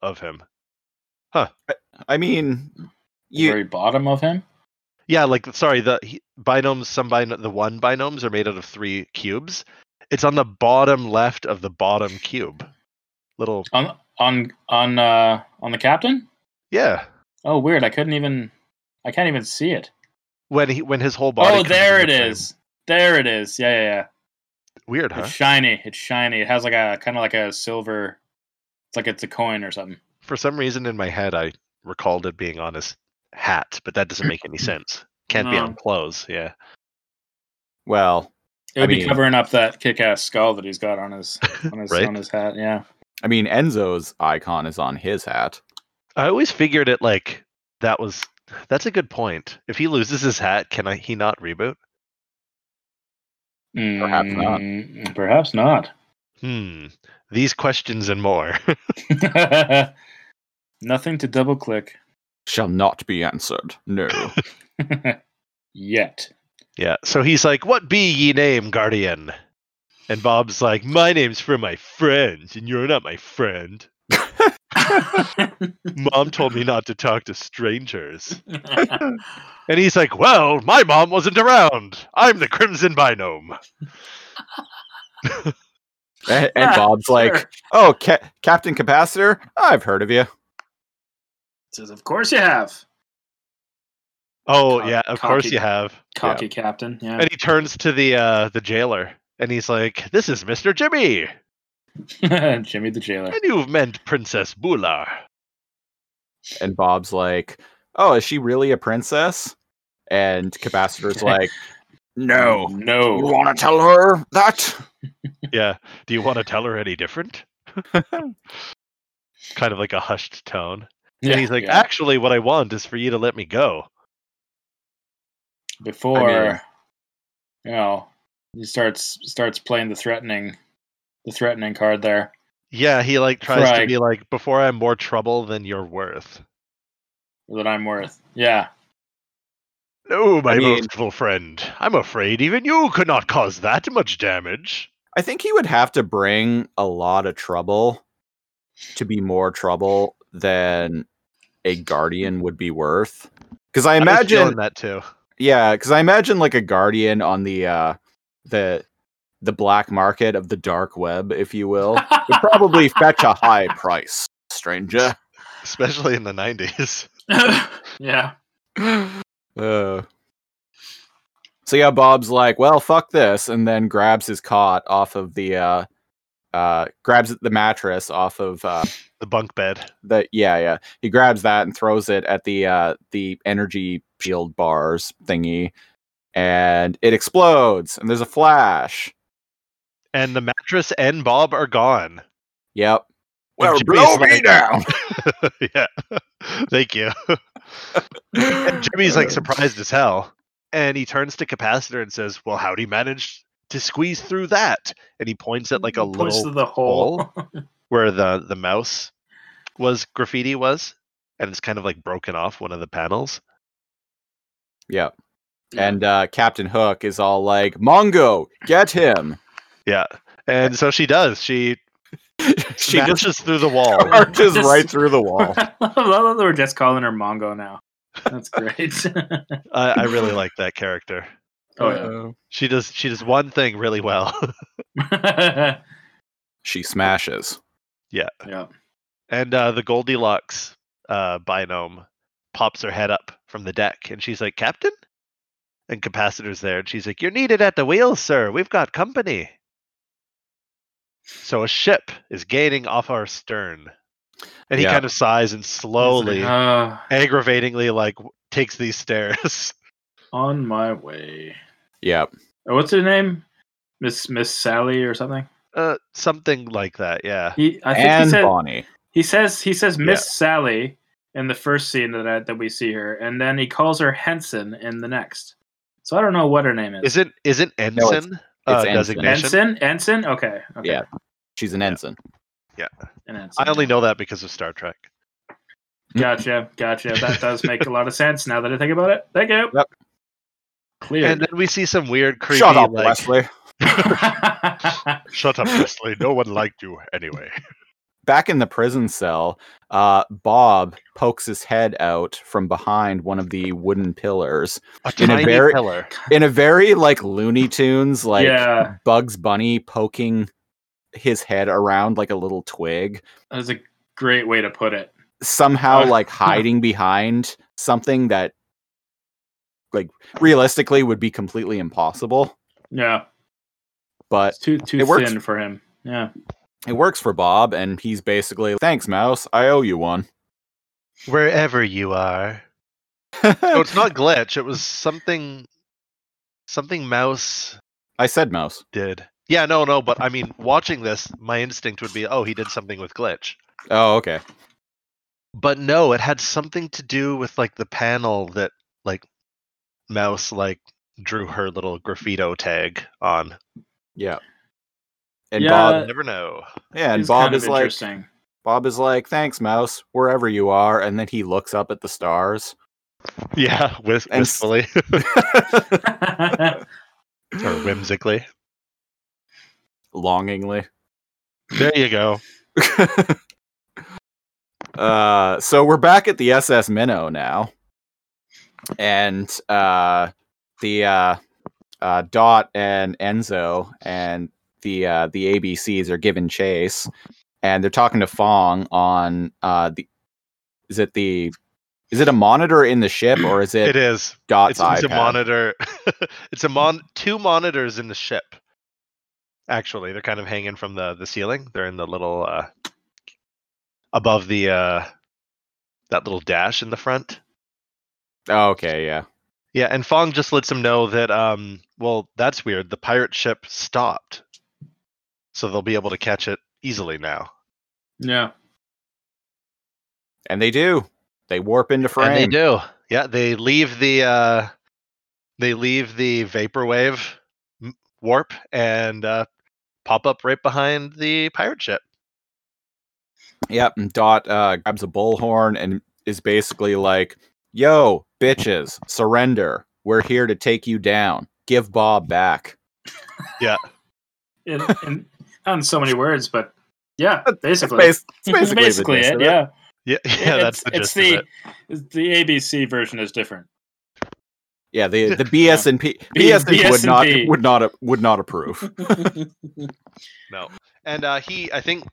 S1: of him.
S2: I mean,
S3: The
S2: you
S3: very bottom of him.
S1: Yeah, like sorry, the he, binomes, some bin- the one binomes are made out of three cubes. It's on the bottom left of the bottom cube. Little
S3: On on on uh on the captain?
S1: yeah.
S3: Oh, weird. I couldn't even I can't even see it.
S1: When he when his whole body.
S3: oh,
S1: comes
S3: there it
S1: into frame.
S3: is. There it is. Yeah, yeah, yeah.
S1: Weird, huh?
S3: It's shiny. It's shiny. It has like a kind of like a silver it's like it's a coin or something.
S1: For some reason in my head, I recalled it being on his hat, but that doesn't make
S3: *laughs*
S1: any sense. Can't be
S3: No.
S1: on clothes. Yeah.
S2: well,
S3: It would
S2: I
S3: be
S2: mean-
S3: covering up that kick-ass skull that he's got on his on his
S1: Right.
S3: on his hat. Yeah.
S2: I mean Enzo's icon is on his hat.
S1: I always figured it like that was. That's a good point. If he loses his hat, can I, he not reboot?
S2: Perhaps not.
S3: Mm, Perhaps not. *laughs*
S1: Hmm. These questions and more.
S3: Nothing to double click *laughs*
S2: Shall not be answered. No.
S3: yet.
S1: Yeah. So he's like, "What be ye name, guardian?" And Bob's like, "My name's for my friends, and you're not my friend. Mom told me not to talk to strangers." And he's like, "Well, my mom wasn't around. I'm the Crimson Binome."
S2: and, and *laughs*
S3: Ah,
S2: Bob's like,
S3: Sure.
S2: "Oh, Ca- Captain Capacitor, I've heard of you."
S3: says, "Of course you have."
S1: Oh
S3: Cock-
S1: yeah, of course
S3: cocky.
S1: you have.
S3: Cocky captain. Yeah.
S1: And he turns to the uh, the jailer, and he's like, "This is Mister Jimmy,
S3: *laughs* Jimmy the jailer.
S1: and you've meant Princess Bular."
S2: And Bob's like, "Oh, is she really a princess?" And
S1: *laughs*
S2: Capacitor's like, "No, you
S3: No.
S2: want to tell her that?"
S1: yeah. Do you want to tell her any
S3: *laughs*
S1: different? kind of like a hushed tone.
S3: *laughs* Yeah,
S1: and he's like,
S3: yeah.
S1: actually, what I want is for you to let me go.
S3: before
S2: mean-
S3: you know he starts starts playing the threatening the threatening card there.
S1: Yeah, he like tries to
S3: Right.
S1: be like, before I'm more trouble than you're worth.
S3: that I'm worth. Yeah.
S1: No, my
S2: I mean-
S1: most boastful friend. I'm afraid even you could not cause that much damage.
S2: I think he would have to bring a lot of trouble to be more trouble than a guardian would be worth. Because I
S1: was
S2: imagine,
S1: feeling that too. *laughs*
S2: yeah, because I imagine like a guardian on the uh, the the black market of the dark web, if you will, would probably fetch a high price, stranger.
S1: Especially in the 90s.
S3: *laughs* yeah.
S2: Uh. So yeah, Bob's like, well, fuck this, and then grabs his cot off of the uh, uh, grabs the mattress off of uh,
S1: *laughs* The bunk bed.
S2: the yeah yeah he grabs that and throws it at the uh the energy shield bars thingy and it explodes and there's a flash
S1: And the mattress and Bob are gone.
S2: yep
S1: Well,
S2: And Jimmy's
S1: blow me
S2: like-
S1: down. *laughs* yeah. Thank you. And Jimmy's like
S2: Uh,
S1: surprised as hell. And he turns to Capacitor and says, Well, how'd he manage to squeeze through that? And he points at like a
S3: Points
S1: little
S3: to the *laughs* hole.
S1: where the the mouse was graffiti was. And it's kind of like broken off one of the panels.
S2: yep
S3: Yeah.
S2: and uh captain hook is all like mongo get
S1: *laughs*
S2: him
S1: And so she does. She
S2: she
S1: smashes
S2: just
S1: through the wall.
S2: *laughs* marches
S3: Just-
S2: right through the wall
S3: I love that we're just calling her Mongo now. That's great. *laughs*
S1: I, I really like that character.
S3: oh
S2: Uh,
S1: She does she does one thing really well. *laughs* Uh,
S3: yeah.
S2: she smashes
S3: *laughs* yeah.
S1: and uh, the Goldilocks uh, binome pops her head up from the deck and she's like, Captain? And Capacitor's there and she's like, You're needed at the wheel, sir. We've got company. So a ship is gaining off our stern. And he
S2: Yeah.
S1: kind of sighs and slowly,
S3: Uh,
S1: aggravatingly, like w- takes these stairs. *laughs*
S3: on my way.
S2: yep
S3: Oh, what's her name? Miss Miss Sally or something.
S1: Uh, something like that, yeah.
S3: He I think he
S2: and
S3: said
S2: bonnie
S3: he says he says
S1: Yeah.
S3: Miss Sally in the first scene that I, that we see her, and then he calls her Henson in the next. So I don't know what her name is.
S1: Isn't isn't
S2: it's-
S1: ensign
S2: it's
S1: uh,
S2: ensign.
S1: designation?
S3: Ensign? Ensign? Okay. okay.
S2: Yeah. she's an ensign
S3: An ensign.
S1: I only know that because of Star Trek.
S3: *laughs* Gotcha. Gotcha. That does make a lot of sense now that I think about it. Thank you.
S2: Yep.
S3: Clear. *laughs*
S1: And then we see some weird creepy
S2: shut up
S1: like,
S2: wesley
S1: Shut up, Wesley. No one liked you
S2: *laughs*
S1: anyway.
S2: back in the prison cell, uh, Bob pokes his head out from behind one of the wooden pillars
S1: A
S2: In a
S1: tiny
S2: very-
S1: pillar.
S2: in a very like Looney Tunes, like
S3: yeah.
S2: Bugs Bunny poking his head around like a little twig,
S3: That is a great way to put it.
S2: somehow
S1: *laughs*
S3: Uh,
S2: like hiding behind something that like realistically would be completely impossible,
S3: Yeah.
S2: but
S3: It's too too
S2: It works.
S3: thin for him. Yeah.
S2: it works for Bob and he's basically thanks mouse, I owe you one. *laughs*
S1: Wherever you are. Oh, it's not glitch. It was something something mouse
S2: I said mouse.
S1: did. Yeah, no, no, but I mean watching this, my instinct would be, oh, he did something with glitch.
S2: Oh, okay.
S1: But no, it had something to do with like the panel that like mouse like drew her little graffito tag on.
S2: Yeah. And
S3: Yeah,
S2: Bob
S1: Never know. *laughs*
S2: Yeah, and
S3: It's
S2: Bob
S3: kind of
S2: is like,
S3: interesting. *laughs*
S2: Bob is like, thanks, Mouse, wherever you are. And then he looks up at the stars.
S1: Yeah, wist-
S2: And s-
S1: wistfully *laughs* or whimsically.
S2: Longingly.
S1: There you go.
S2: uh, so we're back at the SS Minnow now. And uh, the uh, uh, Dot and Enzo and the uh, the ABCs are given chase. And they're talking to Fong on uh, the. Is it the. Is it a monitor in the ship or is it,
S1: It is. it's,
S2: Dot's
S1: it's a
S2: iPad?
S1: monitor. *laughs* it's a mon two monitors in the ship. Actually, they're kind of hanging from the the ceiling. They're in the little uh above the uh that little dash in the front.
S2: Oh, okay, yeah.
S1: Yeah, and Fong just lets him know that um well, that's weird. The pirate ship stopped. So they'll be able to catch it easily now.
S3: yeah.
S2: And they do. They warp into frame.
S1: And they do. Yeah, they leave the uh They leave the vaporwave m- warp and uh, pop up right behind the pirate ship.
S2: Yep. And Dot uh, grabs a bullhorn and is basically like, "Yo, bitches, surrender. We're here to take you down. Give Bob back."
S3: in, in, not in so many words, but yeah, basically.
S2: That's bas- that's basically, the
S3: That's basically
S2: gist
S3: it.
S2: of
S3: Yeah,
S1: Yeah, *laughs* yeah, that's the
S3: it's,
S1: gist of it.
S3: it's the the ABC version is different.
S2: Yeah, the the BS and
S3: *laughs*
S2: P
S3: B-
S2: BS and P would not
S3: BS&P.
S2: would not would not approve.
S1: No, and uh, he, I think,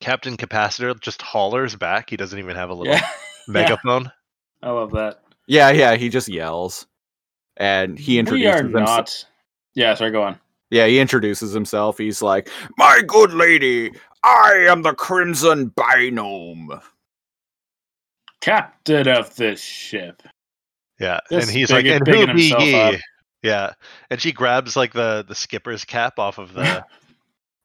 S1: Captain Capacitor just hollers back. He doesn't even have a little
S3: yeah, *laughs*
S1: megaphone.
S3: I love that.
S2: Yeah, yeah, he just yells, and he
S3: We
S2: introduces
S3: are
S2: himself.
S3: not. Yeah, sorry, go on.
S2: Yeah, he introduces himself. He's like, "My good lady, I am the Crimson Binome."
S3: Captain of this ship.
S1: Yeah,
S3: This
S1: and he's like,
S3: bigot
S1: and who
S3: bigging
S1: be
S3: himself
S1: ye?
S3: up.
S1: Yeah, and she grabs like the the skipper's cap off of
S3: *laughs*
S1: the.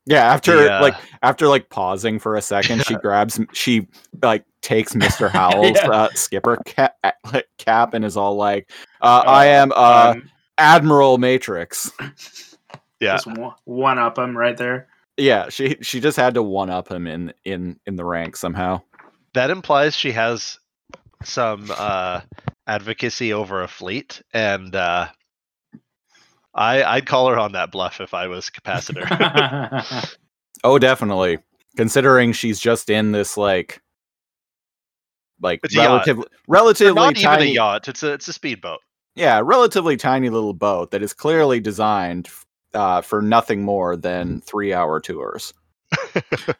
S2: Yeah, after
S1: Yeah.
S2: like after like pausing for a second,
S1: *laughs*
S2: she grabs she like takes Mr. Howell's
S3: Yeah.
S2: uh, skipper ca- uh, like, cap and is all like, uh,
S3: Oh,
S2: "I am uh,
S3: um,
S2: Admiral Matrix."
S1: yeah,
S3: just one up him
S1: *laughs*
S3: right there.
S2: Yeah, she she just had to one up him in in in the rank somehow.
S1: that implies she has some uh advocacy over a fleet, and uh I I'd call her on that bluff if I was
S3: *laughs*
S1: Capacitor.
S2: Oh, definitely. Considering she's just in this like, like
S1: It's a yacht.
S2: relatively
S1: They're
S2: relatively
S1: not even a
S2: tiny,
S1: yacht; it's a it's a speedboat. *laughs*
S2: yeah, relatively tiny little boat that is clearly designed uh, for nothing more than three hour tours.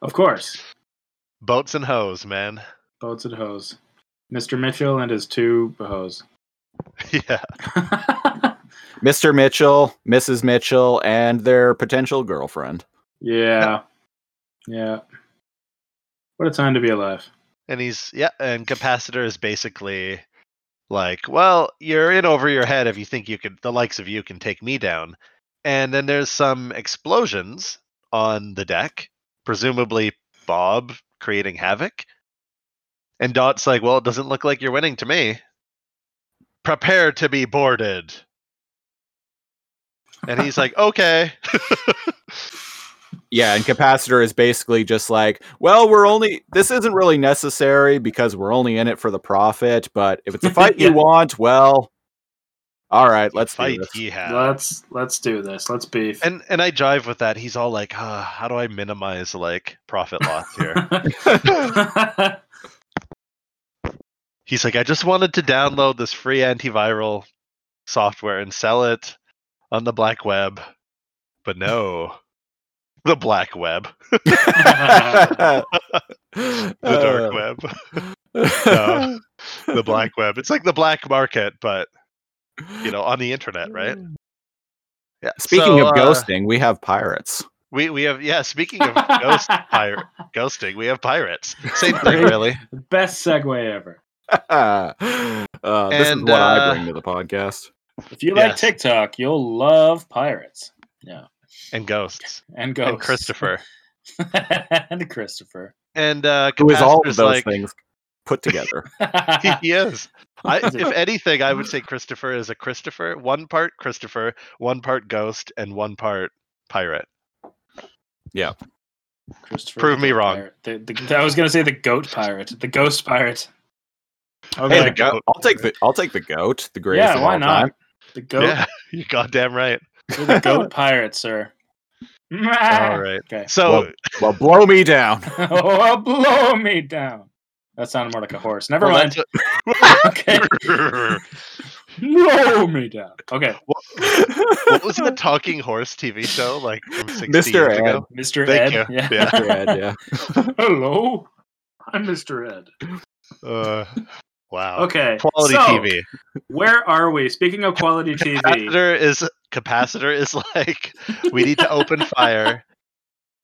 S3: of course,
S1: Boats and hose, man. *laughs*
S3: boats and hose. Mr. Mitchell and his two hose.
S1: yeah,
S2: Mr. Mitchell, Mrs. Mitchell, and their potential girlfriend.
S3: *laughs* yeah, yeah. What a time to be alive.
S1: and he's yeah, and Capacitor is basically like, well, you're in over your head if you think you could the likes of you can take me down. And then there's some explosions on the deck, presumably Bob creating havoc. And Dot's like, well, it doesn't look like you're winning to me. Prepare to be boarded. And he's like, okay.
S2: Yeah, and Capacitor is basically just like, well, we're only, this isn't really necessary because we're only in it for the profit, but if it's
S1: *laughs*
S2: a fight
S3: Yeah.
S2: you want, well, all right, let's
S1: fight *laughs*
S2: do this.
S1: ye have.
S3: Let's let's do this. Let's beef. *laughs*
S1: And *laughs* and I jive with that. He's all like, ah, how do I minimize like profit loss here? He's like, I just wanted to download this free antiviral software and sell it on the black web. But no.
S2: *laughs*
S1: The black web.
S2: the
S1: The
S2: *laughs* Oh.
S1: dark web.
S2: Uh,
S1: No, the black web. It's like the black market, but you know, on the internet, right? Yeah.
S2: Mm. Speaking
S1: so,
S2: of
S1: uh,
S2: ghosting, we have pirates. *laughs*
S1: we, we have yeah, speaking of ghost pirate ghosting, we have pirates. Same thing
S3: Right.
S1: really.
S3: Best segue ever.
S2: uh, this is
S1: And,
S2: what I
S1: uh,
S2: bring to the podcast.
S3: If you like
S1: Yes.
S3: TikTok, you'll love pirates
S1: And ghosts.
S3: and ghosts.
S1: And Christopher.
S3: *laughs* and Christopher.
S1: *laughs* And uh
S2: Who is all of
S1: Capacitor's
S2: those
S1: like,
S2: things put together?
S1: he, *laughs* he is. I,
S3: Is it-
S1: if anything, I would say Christopher is a Christopher. One part Christopher, one part ghost, and one part pirate.
S3: Christopher
S1: Prove
S3: the
S1: me
S3: goat
S1: wrong.
S3: pirate. The- the- I was gonna say the goat pirate, the ghost pirate. Okay.
S2: Hey,
S1: the
S2: the goat.
S1: goat.
S2: I'll take the I'll take the goat. The greatest.
S3: yeah,
S2: of
S3: why
S2: all
S3: not?
S2: time.
S3: The goat,
S1: Yeah, *laughs* you're goddamn right.
S3: *laughs* you're the
S1: *laughs*
S3: goat pirate, sir. *laughs*
S1: All right.
S3: Okay.
S1: So
S2: Well, blow me
S3: *laughs*
S2: down.
S3: oh, blow me down. That sounded more like a horse. Never
S1: well,
S3: mind.
S1: that's
S3: *laughs* okay.
S1: what-
S3: Blow me down. Okay.
S1: *laughs* what was the talking horse TV show like from 60
S2: Mr.
S1: years
S2: Ed.
S1: ago?
S3: Mr.
S1: Thank
S3: Ed.
S1: you.
S3: Yeah.
S1: Yeah.
S2: yeah.
S3: *laughs* Hello. I'm Mr. Ed.
S1: Uh, wow.
S3: Okay.
S1: Quality
S3: so,
S1: TV.
S3: Where are we? Speaking of quality TV.
S1: Capacitor is capacitor is like we need to open fire.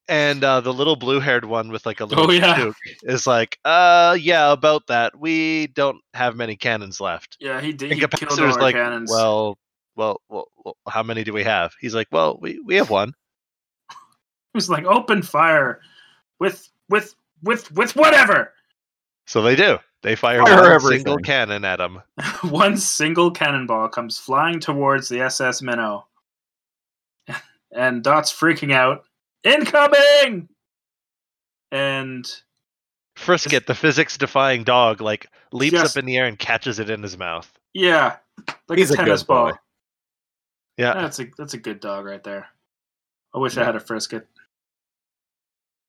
S1: And uh, the little blue-haired one with like a little
S3: Oh, yeah.
S1: toque is like, uh, yeah, about that. We don't have many cannons left.
S3: Yeah, he did.
S1: And
S3: He killed
S1: Capacitor's
S3: all our
S1: like,
S3: cannons.
S1: well, well, well, well, how many do we have? He's like, well, we, we have one.
S3: he was like, open fire with with with with whatever. *laughs*
S1: So they do. They fire,
S2: Fire
S1: one
S2: everything.
S1: single cannon at him.
S3: One single cannonball comes flying towards the SS Minnow. *laughs* And Dot's freaking out. Incoming! And
S1: Frisket, the physics-defying dog, like leaps
S3: Yes.
S1: up in the air and catches it in his mouth.
S3: yeah, like
S2: He's a
S3: a
S2: good
S3: tennis ball.
S2: boy.
S1: Yeah.
S3: That's a that's a good dog right there. I wish I had a frisket.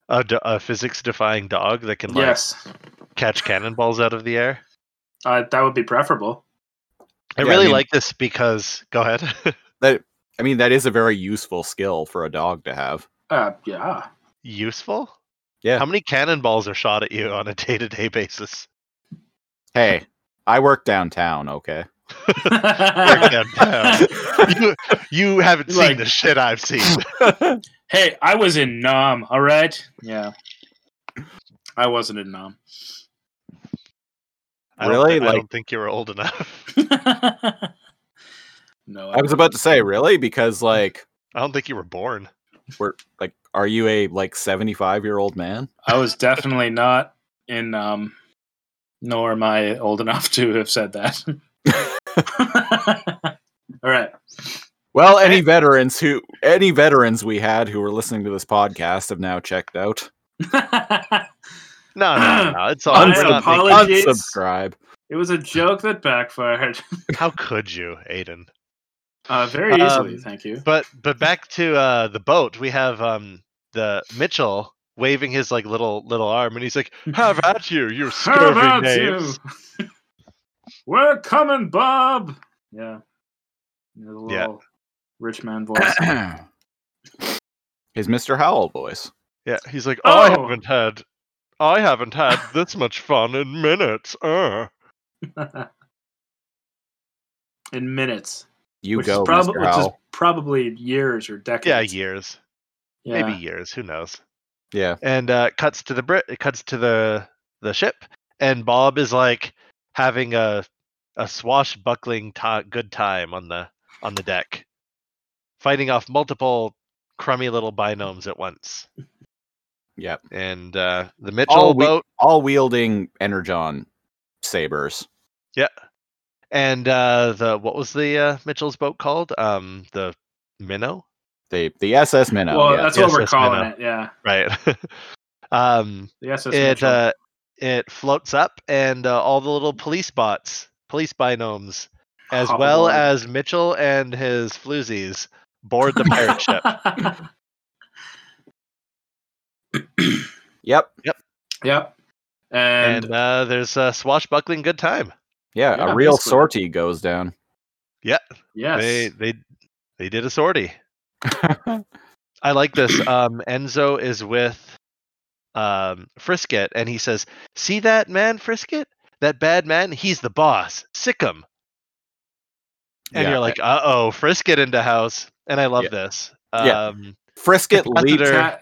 S1: a, d- a physics-defying dog that can like
S3: Yes,
S1: catch cannonballs out of the air.
S3: uh, that would be preferable.
S1: I
S2: Yeah, I
S1: really
S2: mean-
S1: like this because go ahead. *laughs*
S2: I mean, that is a very useful skill for a dog to have.
S3: Uh, yeah,
S1: Useful.
S2: Yeah.
S1: How many cannonballs are shot at you on a day-to-day
S3: *laughs*
S1: basis?
S2: Hey, I work downtown, okay?
S1: Break them
S3: *laughs*
S1: down. you, you haven't seen
S3: Like-
S1: the shit I've
S2: *laughs*
S1: seen.
S3: *laughs* hey, I was in Nam. All right. Yeah, I wasn't in Nam. *laughs*
S1: I don't
S2: Really?
S1: thi- I
S2: Like-
S1: don't think you were old enough.
S3: no,
S2: I was about to say, really? Because, like,
S1: I don't think you were born.
S2: we're like, are you a like 75 year old man?
S3: I was definitely not in um nor am I old enough to have said that. *laughs* All right. *laughs*
S2: Well, any veterans who, any veterans we had who were listening to this podcast have now checked out.
S1: No, no, no.
S3: *clears throat*
S1: It's all.
S3: I
S1: we're not making-
S3: apologize. Apologies. *clears throat*
S2: Unsubscribe.
S3: it was a joke that backfired.
S1: How could you, Aiden?
S3: Uh, very easily,
S1: Um,
S3: thank you.
S1: But but back to uh, the boat. We have um, the Mitchell waving his like little little arm, and he's like, "Have at you, you
S3: How
S1: scurvy
S3: about
S1: knaves!"
S3: you? *laughs* We're coming, Bob. Yeah. The little
S1: Yeah.
S3: rich
S2: *laughs*
S3: man voice.
S2: His Mr. Howell voice.
S1: Yeah, he's like, I
S3: Oh.
S1: haven't had, I haven't
S3: *laughs*
S1: had this much fun in minutes. Uh.
S3: in minutes.
S2: You
S3: which
S2: go,
S3: is prob-
S2: Mr.
S3: which is
S2: Howell.
S3: probably years or
S1: Yeah,
S3: decades.
S1: years,
S3: Yeah.
S1: maybe years. Who knows?
S2: Yeah.
S1: And uh, cuts to the Brit. It cuts to the the ship, and Bob is like having a a swashbuckling ti good time on the on the deck, fighting off multiple crummy little binomes at once.
S2: Yep.
S1: And uh, the Mitchell
S2: All we-
S1: boat
S2: All wielding Energon sabers.
S1: and uh, the what was the uh, Mitchell's boat called? Um, the minnow.
S2: The the SS Minnow.
S3: well,
S2: yeah.
S3: that's
S1: yes,
S3: what we're
S1: yes, I
S3: calling
S1: know.
S3: it. Yeah.
S1: right *laughs* um
S3: The SS
S1: it
S3: Mitchell.
S1: uh it floats up and uh, all the little police bots police binomes as
S3: Hop
S1: well
S3: aboard.
S1: as mitchell and his floozies board the uh,
S3: *laughs*
S1: pirate ship
S2: Yep.
S3: yep. And,
S1: and uh there's a swashbuckling good time
S2: Yeah,
S3: Yeah,
S2: a real
S3: basically.
S2: sortie goes down. *laughs*
S3: yes.
S1: they they they did a sortie I like this. Um, Enzo is with um, Frisket, and he says, "See that man, Frisket? That bad man? He's the boss. Sick him." And
S2: Yeah,
S1: you're like, "Uh oh, Frisket into house." And I love
S2: Yeah.
S1: this.
S2: Yeah.
S1: Um,
S2: Frisket leaps.
S1: Capacitor.
S3: Ta-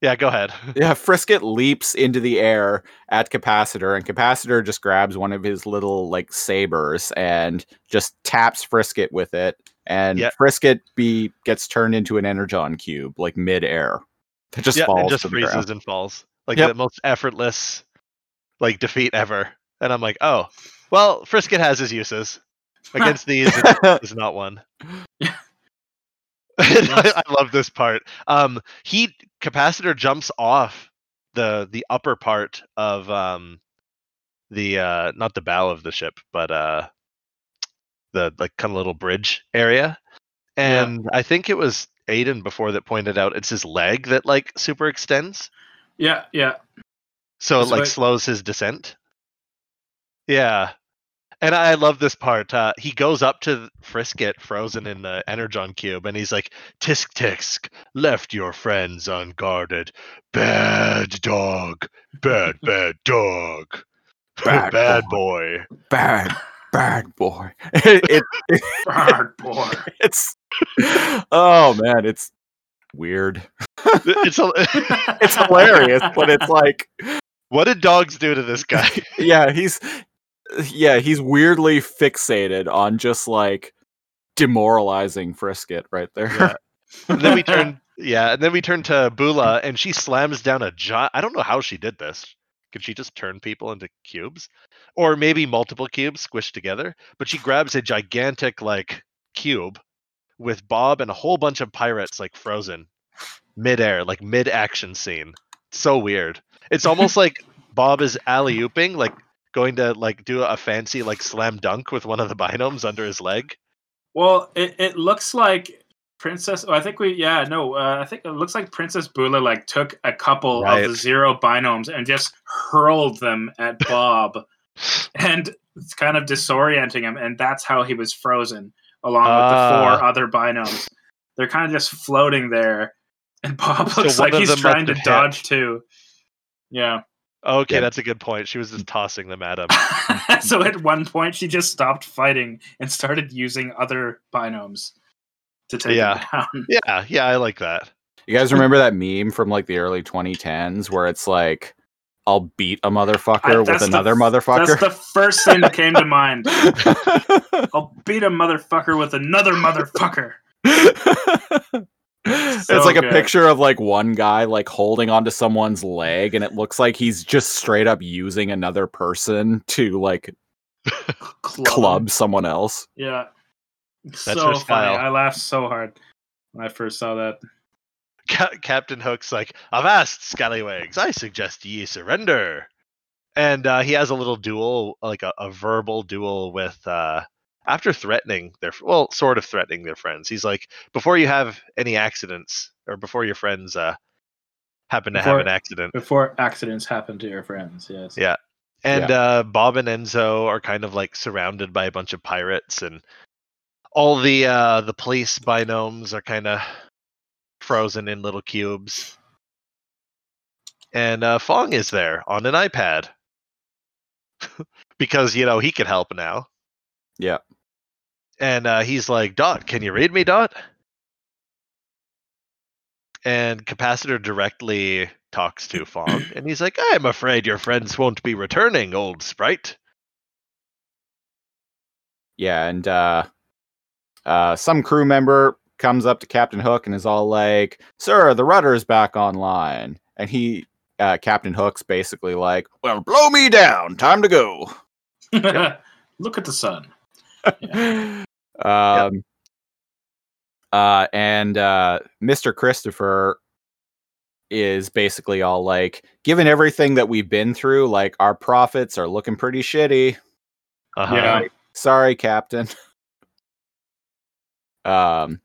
S1: yeah. go ahead.
S2: Yeah, Frisket leaps into the air at Capacitor, and Capacitor just grabs one of his little like sabers and just taps Frisket with it, and
S1: Yeah.
S2: Frisket be gets turned into an Energon cube like midair. It just
S1: yeah,
S2: falls.
S1: and just
S2: to the
S1: freezes
S2: ground.
S1: and falls. Like
S2: Yep.
S1: the most effortless, like defeat ever. And I'm like, "Oh, well, Frisket has his
S2: *laughs*
S1: uses against these." is not one. *laughs* I love this part. Um, he capacitor jumps off the the upper part of um the uh not the bow of the ship, but uh the like kind of little bridge area.
S3: Yeah.
S1: And I think it was Aiden before that pointed out it's his leg that like super extends,
S3: yeah, yeah. *laughs*
S1: so it
S3: So
S1: like
S3: it-
S1: slows his descent. Yeah. And I love this part. Uh, he goes up to th- Frisket, frozen in the Energon cube, and he's like, "Tisk tisk, left your friends unguarded. Bad dog, bad bad dog, *laughs*
S2: Bad
S1: bad, boy."
S2: bad, bad boy. *laughs* it,
S3: Hard boy.
S2: it's *laughs* oh man, it's weird.
S1: it's a, *laughs*
S2: It's hilarious, but it's like
S1: what did dogs do to this guy?
S2: yeah, he's yeah, he's weirdly fixated on just like demoralizing Frisket right there. *laughs*
S1: Yeah. and then we turn, yeah, and then we turn to Bula, and she slams down a giant. I don't know how she did this. Can she just turn people into cubes? Or maybe multiple cubes squished together? But she grabs a gigantic, like, cube with Bob and a whole bunch of pirates, like, frozen midair, like, mid action scene. So weird. It's almost like Bob is alley ooping, like, going to, like, do a fancy, like, slam dunk with one of the binomes under his leg.
S3: Well, it, it looks like Princess. Oh, I think we. Yeah, no. Uh, I think it looks like Princess Bula like took a couple
S1: Right.
S3: of the zero binomes and just hurled them
S1: *laughs*
S3: at Bob, and it's kind of disorienting him, and that's how he was frozen along with the
S1: Ah.
S3: four other binomes. They're kind of just floating there, and Bob
S1: So
S3: looks
S1: one
S3: like
S1: of
S3: he's
S1: them must
S3: trying to
S1: have hit.
S3: dodge too. Yeah. *laughs*
S1: Okay,
S2: Yeah.
S1: that's a good point. She was just tossing them at him. Mm-hmm.
S3: so at one point, she just stopped fighting and started using other binomes to take
S1: Yeah.
S3: him down.
S1: yeah, yeah, I like that.
S2: You guys remember that meme from like the early 2010s where it's like, "I'll beat a
S3: I-
S2: motherfucker
S3: that's
S2: with
S3: the-
S2: another
S3: That's
S2: motherfucker."
S3: the first thing
S2: *laughs*
S3: that came to mind. I'll beat a motherfucker with another motherfucker.
S2: *laughs*
S3: So
S2: it's like
S3: good.
S2: a picture of like one guy like holding onto someone's leg, and it looks like he's just straight up using another person to like
S3: Club.
S2: club someone else.
S3: Yeah. so
S1: her
S3: funny.
S1: style.
S3: I laughed so hard when I first saw that.
S1: Ca- Captain Hook's like, "Avast, scallywags! I suggest ye surrender." And uh, he has a little duel, like a, a verbal duel with. Uh, after threatening their, well, sort of threatening their friends, he's like, "Before you have any accidents, or before your friends uh, happen to
S3: Before-
S1: have an accident."
S3: Before accidents happen to your friends. Yes. *laughs*
S1: Yeah. And uh, Bob and Enzo are kind of like surrounded by a bunch of pirates, and all the uh, the police binomes are kind of frozen in little cubes. And uh, Fong is there on an iPad *laughs* because you know he can help now.
S2: Yeah.
S1: And uh, he's like, "Dot, can you read me, Dot?" And Capacitor directly talks to Fong, and he's like, "I'm afraid your friends won't be returning, old sprite."
S2: Yeah, and uh, uh, some crew member comes up to Captain Hook and is all like, "Sir, the rudder is back online," and he. Uh, Captain Hook's basically like, "Well, blow me down. Time to go."
S3: Look at the sun.
S2: um, uh, and uh, Mr. Christopher is basically all like, given everything that we've been through, like our profits are looking pretty shitty.
S1: Uh-huh.
S3: Yeah.
S2: Sorry, Captain. *laughs* um,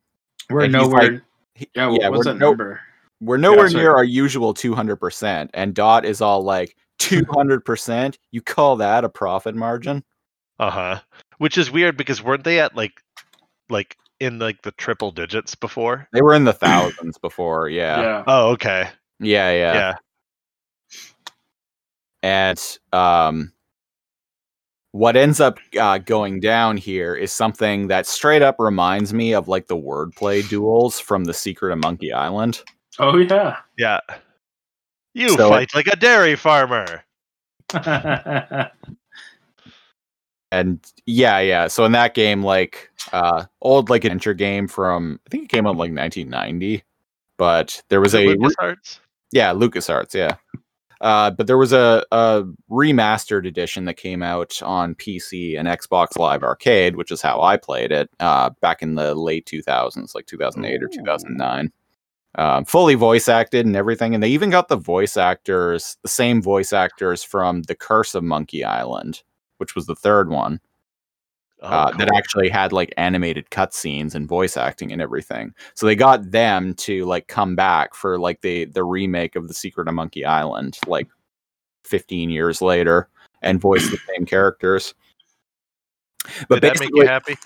S3: We're
S2: And he's
S3: nowhere.
S2: he-
S3: yeah, what
S2: yeah,
S3: was
S2: we're
S3: that
S2: no-
S3: number?
S2: we're nowhere
S3: sorry.
S2: near our usual 200%. And Dot is all like,
S3: *laughs*
S2: 200%? You call that a profit margin?
S1: Uh huh. Which is weird because weren't they at like, like in like the triple digits before?
S2: They were in the thousands before. Yeah.
S3: Yeah.
S1: Oh, okay.
S2: Yeah. Yeah.
S1: Yeah.
S2: And um, what ends up uh, going down here is something that straight up reminds me of like the wordplay duels from The Secret of Monkey Island.
S3: Oh, yeah. *laughs*
S1: Yeah. You
S2: So
S1: fight
S2: it-
S1: like a dairy farmer.
S2: And yeah, yeah. So in that game, like uh, old like adventure game from I think it came out in, like 1990, but there was
S1: Is it
S2: a
S1: LucasArts?
S2: Yeah, LucasArts, yeah. Uh, but there was a, a remastered edition that came out on PC and Xbox Live Arcade, which is how I played it uh, back in the late 2000s, like 2008 or 2009. Um, fully voice acted and everything. And they even got the voice actors, the same voice actors from The Curse of Monkey Island, which was the third one
S1: Oh,
S2: uh, that
S1: cool.
S2: actually had like animated cutscenes and voice acting and everything. So they got them to like come back for like the the remake of The Secret of Monkey Island, like 15 years later, and voice the same characters. But
S1: Did that make you
S2: basically,
S1: happy?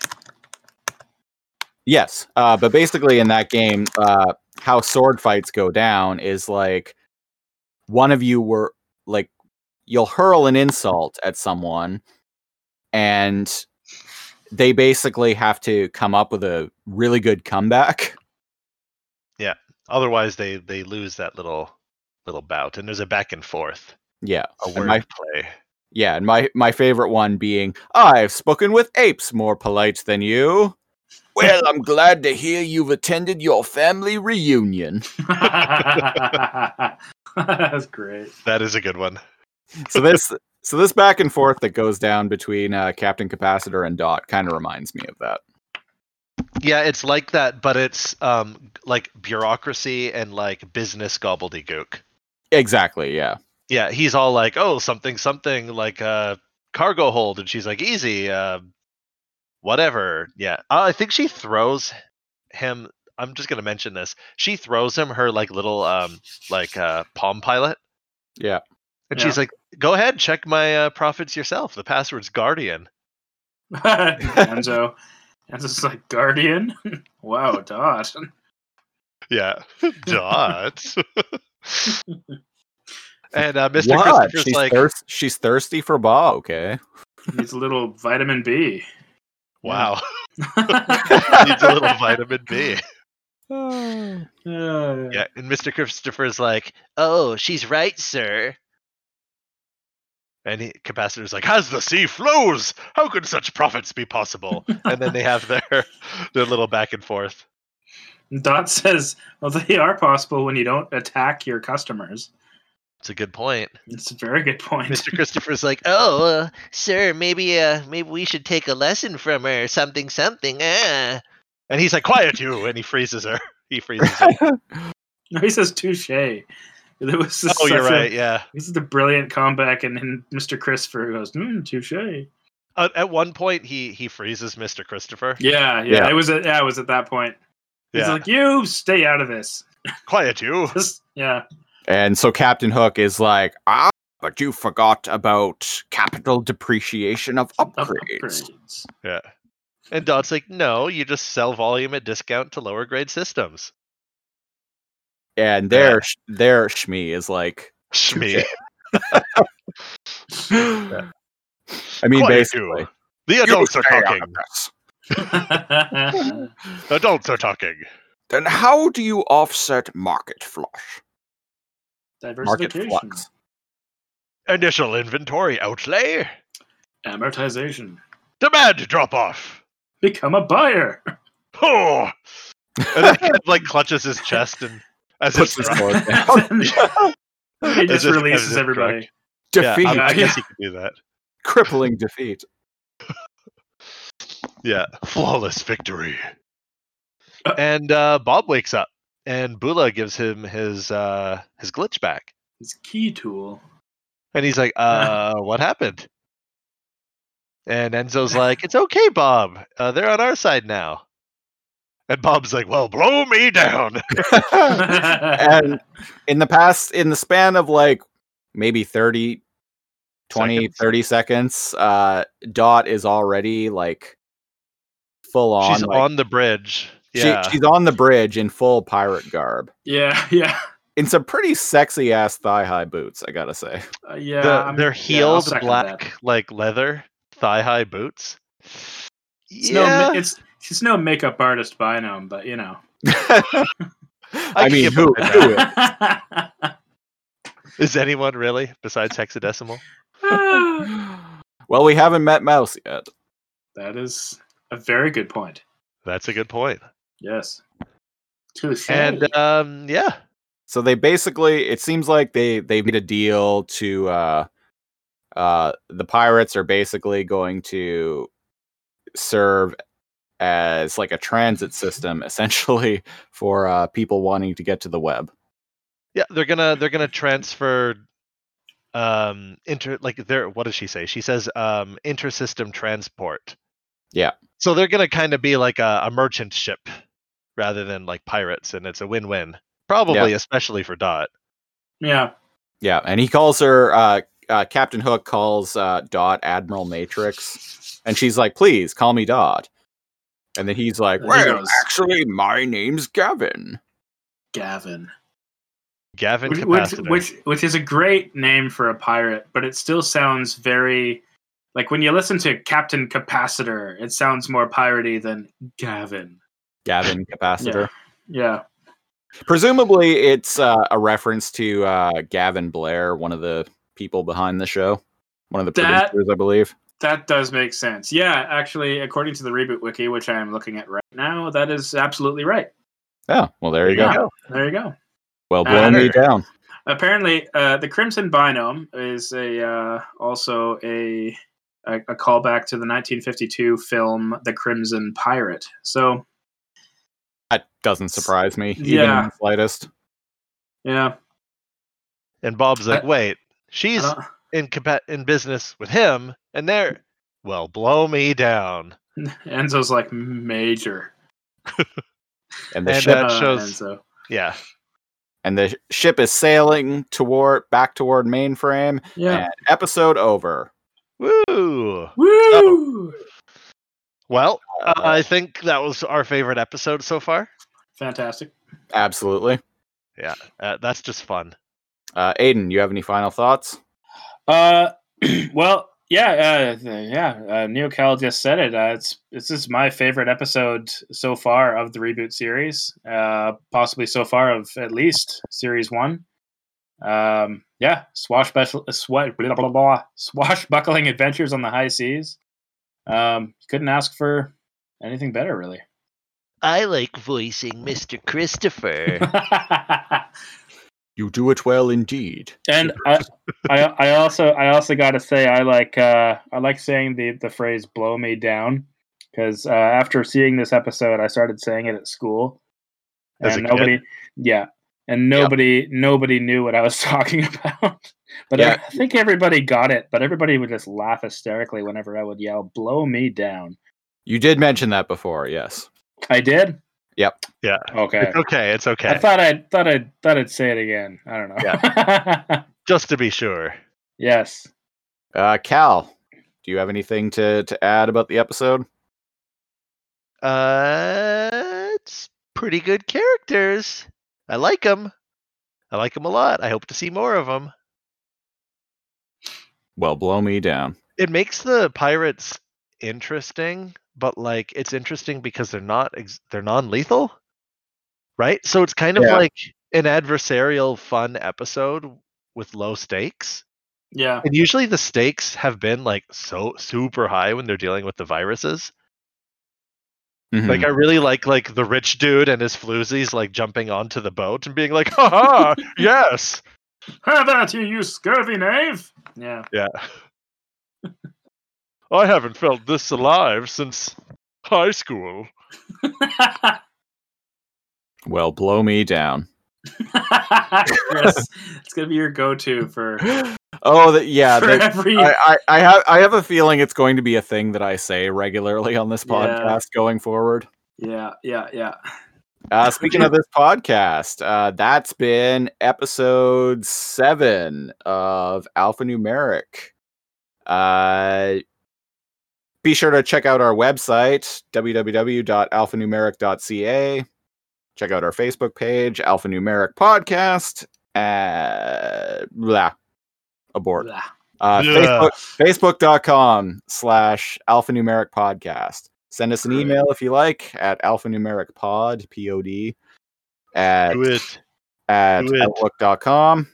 S2: yes. Uh, but basically, in that game, uh, how sword fights go down is like one of you were like you'll hurl an insult at someone and they basically have to come up with a really good comeback
S1: Otherwise, they they lose that little little bout, and there's a back and forth,
S2: yeah
S1: a
S2: And my-
S1: word play.
S2: yeah and my my favorite one being i've spoken with apes more polite than you well i'm glad to hear you've attended your family reunion
S3: That's great. *laughs*
S1: That is a good one.
S2: so this so this back and forth that goes down between uh, Captain Capacitor and Dot kind of reminds me of that.
S1: Yeah, it's like that, but it's um like bureaucracy and like business gobbledygook.
S2: Exactly. Yeah.
S1: Yeah, he's all like, "Oh, something, something like uh, cargo hold," and she's like, "Easy, uh, whatever." Yeah, uh, I think she throws him. I'm just gonna mention this. She throws him her like little um like uh palm pilot.
S2: Yeah.
S1: and
S3: Yeah.
S1: she's like, "Go ahead, check my uh, profits yourself. The password's Guardian."
S3: Enzo. Enzo's like Guardian. *laughs* wow, Dot.
S1: Yeah, *laughs* dot.
S2: *laughs*
S1: and uh, Mr.
S2: What?
S1: Christopher's
S2: She's,
S1: like,
S2: thirst- she's thirsty for Ba. Okay.
S3: Needs a little vitamin B.
S2: *laughs*
S1: "Wow, *laughs* needs a
S3: *laughs*
S1: little vitamin B."
S3: Uh,
S1: Yeah, and Mr. Christopher's like,
S5: Oh, she's right, sir.
S1: and he, Capacitor's like, "As the sea flows, how could such profits be
S3: *laughs*
S1: possible?" and then they have their *laughs* their little back and forth.
S3: Dot says, well, they are possible when you don't attack your customers.
S1: It's a good
S3: *laughs*
S1: point.
S3: It's a very good point.
S1: Mr. Christopher's like,
S5: Oh, uh, sir, maybe uh, maybe we should take a lesson from her. Something, something. Ah.
S1: and he's like, "Quiet you!" and he freezes her. He freezes.
S3: *laughs*
S1: her.
S3: *laughs* No, he says touche. It was just
S1: oh, you're
S3: such a-
S1: right. Yeah.
S3: This is the brilliant comeback, and then Mr. Christopher goes, hmm, touche. Yeah,
S1: At, at one point, he he freezes Mr. Christopher.
S3: yeah,
S2: Yeah.
S3: It was at yeah, it was at that point. He's
S1: Yeah.
S3: like, you stay out of
S1: *laughs*
S3: this.
S1: Quiet
S3: *laughs*
S1: you.
S3: This- yeah.
S2: And so Captain Hook is like, ah, but you forgot about capital depreciation of
S3: up-
S2: upgrades.
S3: upgrades.
S1: Yeah. And Dot's like, no, you just sell volume at discount to lower grade systems.
S2: And there, sh- there, Shmi is like,
S1: Shmi.
S2: I mean,
S1: Quiet you.
S2: basically,
S1: The
S2: "You
S1: adults are
S2: stay out of
S1: talking.
S2: this.
S1: Adults are talking.
S2: Then how do you offset market flush? Market
S3: *laughs* Diversification.
S2: flux.
S1: Initial inventory outlay.
S3: Amortization.
S1: Demand drop off.
S3: Become a buyer.
S1: Oh. And then he kind of like clutches his chest and as
S2: Puts
S1: his
S2: his
S1: drum-
S3: *laughs*
S1: *laughs*
S2: sword *laughs* down.
S3: he
S1: as
S3: just
S1: if-
S3: releases
S1: as if
S3: everybody.
S1: Yeah,
S2: Defeat.
S1: I, I
S3: Yeah.
S1: guess he could do that.
S2: Crippling defeat.
S1: Yeah, flawless victory.
S3: Uh.
S1: And uh, Bob wakes up, and Bula gives him his uh, his glitch back,
S3: His key tool.
S1: and he's
S2: *laughs*
S1: like, "Uh, what happened?" And Enzo's like, "It's okay, Bob. Uh, they're on our side now." And Bob's like, "Well, blow me down."
S2: and in the past in the span of like maybe 30 20
S1: Seconds.
S2: 30 seconds uh dot is already like full on
S1: She's
S2: like-
S1: on the bridge.
S2: she-
S1: Yeah,
S2: she's on the bridge in full pirate garb
S3: *laughs* yeah, yeah.
S2: in some pretty sexy ass thigh high boots i gotta say
S3: Uh, yeah.
S1: The-
S3: I'm- yeah,
S1: they're
S3: I'll
S1: heeled
S3: second that.
S1: black like leather thigh high boots.
S3: It's
S1: yeah,
S3: no, ma- it's she's no makeup artist binome, but you know.
S2: i,
S1: can
S2: mean
S1: get
S2: who,
S1: behind
S2: who is-
S1: is anyone really besides hexadecimal?
S2: well we haven't met mouse yet
S3: *laughs* that is a very good point.
S1: That's a good point.
S3: Yes. Touche.
S1: And um, yeah,
S2: so they basically it seems like they they made a deal to uh uh the pirates are basically going to serve as like a transit system *laughs* essentially for uh people wanting to get to the web
S1: yeah, they're gonna they're gonna transfer um inter like their what does she say? She says um intersystem transport.
S2: Yeah.
S1: So they're gonna kind of be like a, a merchant ship rather than like pirates, and it's a win-win. Probably, especially for Dot.
S3: yeah.
S2: yeah and he calls her uh, uh captain hook calls uh dot admiral matrix and she's like please call me dot and then he's like
S3: And he
S2: well
S3: goes-
S2: actually my name's gavin
S3: Gavin.
S1: Gavin
S3: Which, which
S1: Capacitor.
S3: which which is a great name for a pirate, but it still sounds very like when you listen to Captain Capacitor, it sounds more piratey than Gavin.
S2: gavin capacitor
S3: Yeah.
S2: Presumably, it's uh, a reference to uh, Gavin Blair, one of the people behind the show, one of the
S3: That-
S2: producers, I believe.
S3: That does make sense. Yeah, actually, according to the reboot wiki, which I am looking at right now, that is absolutely right.
S2: Oh, well, there you
S3: Yeah.
S2: go.
S3: There you go.
S2: Well, blow me
S3: Matter.
S2: down.
S3: apparently uh, the crimson binome is a uh, also a, a a callback to the 1952 film the crimson pirate so
S2: That doesn't surprise me, even in
S3: Yeah.
S2: the slightest.
S3: yeah
S1: And Bob's like,
S3: I-
S1: wait,
S3: I
S1: she's
S3: don't-
S1: in compa- in business with him, and
S3: Mm.
S1: they're well, blow me down.
S3: enzo's like major
S2: And the
S1: And,
S2: ship
S1: uh, That shows-
S3: enzo
S1: Yeah,
S2: and the ship is sailing toward back toward mainframe.
S3: yeah
S2: And episode over.
S1: woo.
S3: Woo!
S1: Well, uh,
S2: Uh,
S1: I think that was our favorite episode so far.
S3: fantastic
S2: Absolutely.
S1: Uh, that's just fun.
S2: Uh, Aiden, you have any final thoughts?
S3: Uh, *clears throat* well, yeah, uh, th- yeah. Uh, Neo Cal just said it. Uh, it's this is my favorite episode so far of the reboot series. Uh, possibly so far of at least series one. Um, yeah, swashbuckle, swa- blah, blah, blah, swashbuckling *laughs* adventures on the high seas. Um, couldn't ask for anything better, really.
S5: I like voicing Mr. Christopher.
S3: *laughs*
S2: You do it well indeed.
S3: and I, I, I also, I also got to say, I like, uh, I like saying the the phrase "blow me down" because uh, after seeing this episode, I started saying it at school,
S1: As
S3: and
S1: a kid?
S3: nobody, yeah, and nobody, nobody knew what I was *laughs* talking about. But
S2: Yeah.
S3: I, I think everybody got it. But everybody would just laugh hysterically whenever I would yell "blow me down."
S2: You did mention that before, yes.
S3: I did.
S2: Yep.
S1: Yeah.
S3: Okay.
S1: It's okay. It's okay.
S3: I thought I thought I thought I'd say it again. I don't know.
S1: just to be sure.
S3: *laughs* yes.
S2: Uh, Cal, do you have anything to, to add about the episode?
S5: uh, it's pretty good characters.
S1: I like them. I like them a lot. I hope to see more of them.
S2: Well, blow me down.
S1: It makes the pirates interesting, but like it's interesting because they're not ex- they're non-lethal, right? So it's kind of
S2: Yeah.
S1: like an adversarial fun episode with low stakes.
S3: Yeah.
S1: And usually the stakes have been like so super high when they're dealing with the viruses. Like
S2: Mhm.
S1: I really like like the rich dude and his floozies like jumping onto the boat and being like, "Ha ha, yes."
S3: Have at you, you scurvy knave! Yeah.
S1: Yeah. I haven't felt this alive since high school.
S2: well, blow me down.
S3: Chris, it's gonna be your go-to for,
S2: Oh, that *laughs* yeah.
S3: for
S2: that-
S3: every.
S2: I, I, I have I have a feeling it's going to be a thing that I say regularly on this
S3: Yeah.
S2: podcast going forward.
S3: yeah, yeah, yeah.
S2: Uh, speaking of this podcast, uh, that's been episode seven of Alphanumeric. Uh, be sure to check out our website www.alphanumeric.ca. Check out our Facebook page, Alphanumeric Podcast. Uh, blah, abort.
S3: Blah.
S2: Uh,
S1: Yeah.
S2: Facebook, facebook.com slash alphanumeric podcast send us an email if you like at alphanumeric pod pod at,
S1: Do it.
S2: at
S1: do it.
S2: outlook.com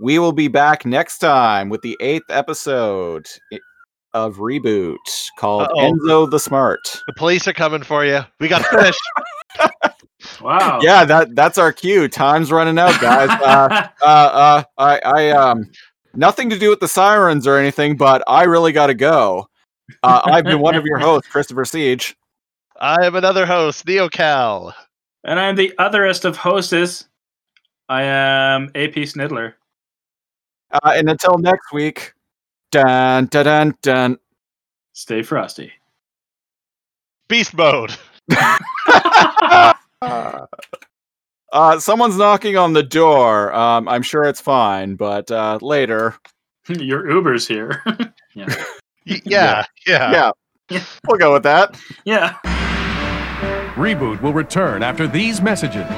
S2: we will be back next time with the eighth episode i- of reboot called
S1: Uh-oh.
S2: enzo the smart
S1: The police are coming for you. We got fish. Oh.
S3: Wow.
S2: yeah that that's our cue time's running out
S1: *laughs*
S2: guys uh, uh, uh, I, I, um, nothing to do with the sirens or anything, but I really got to go. Uh, I've been one of your hosts, Christopher Siege.
S1: I am another host, Neo Cal.
S3: *laughs* and I'm the otherest of hostess. I am AP Snidler.
S2: Uh, and until next week, dun, dun, dun, dun.
S3: Stay
S2: *laughs*
S3: frosty. *laughs*
S1: Beast mode.
S2: Uh, uh, someone's knocking on the door. Um, I'm sure it's fine, but uh, later.
S3: your Uber's here. *laughs*
S1: Y- yeah, yeah.
S2: Yeah, we'll go with that.
S3: yeah.
S6: Reboot will return after these messages.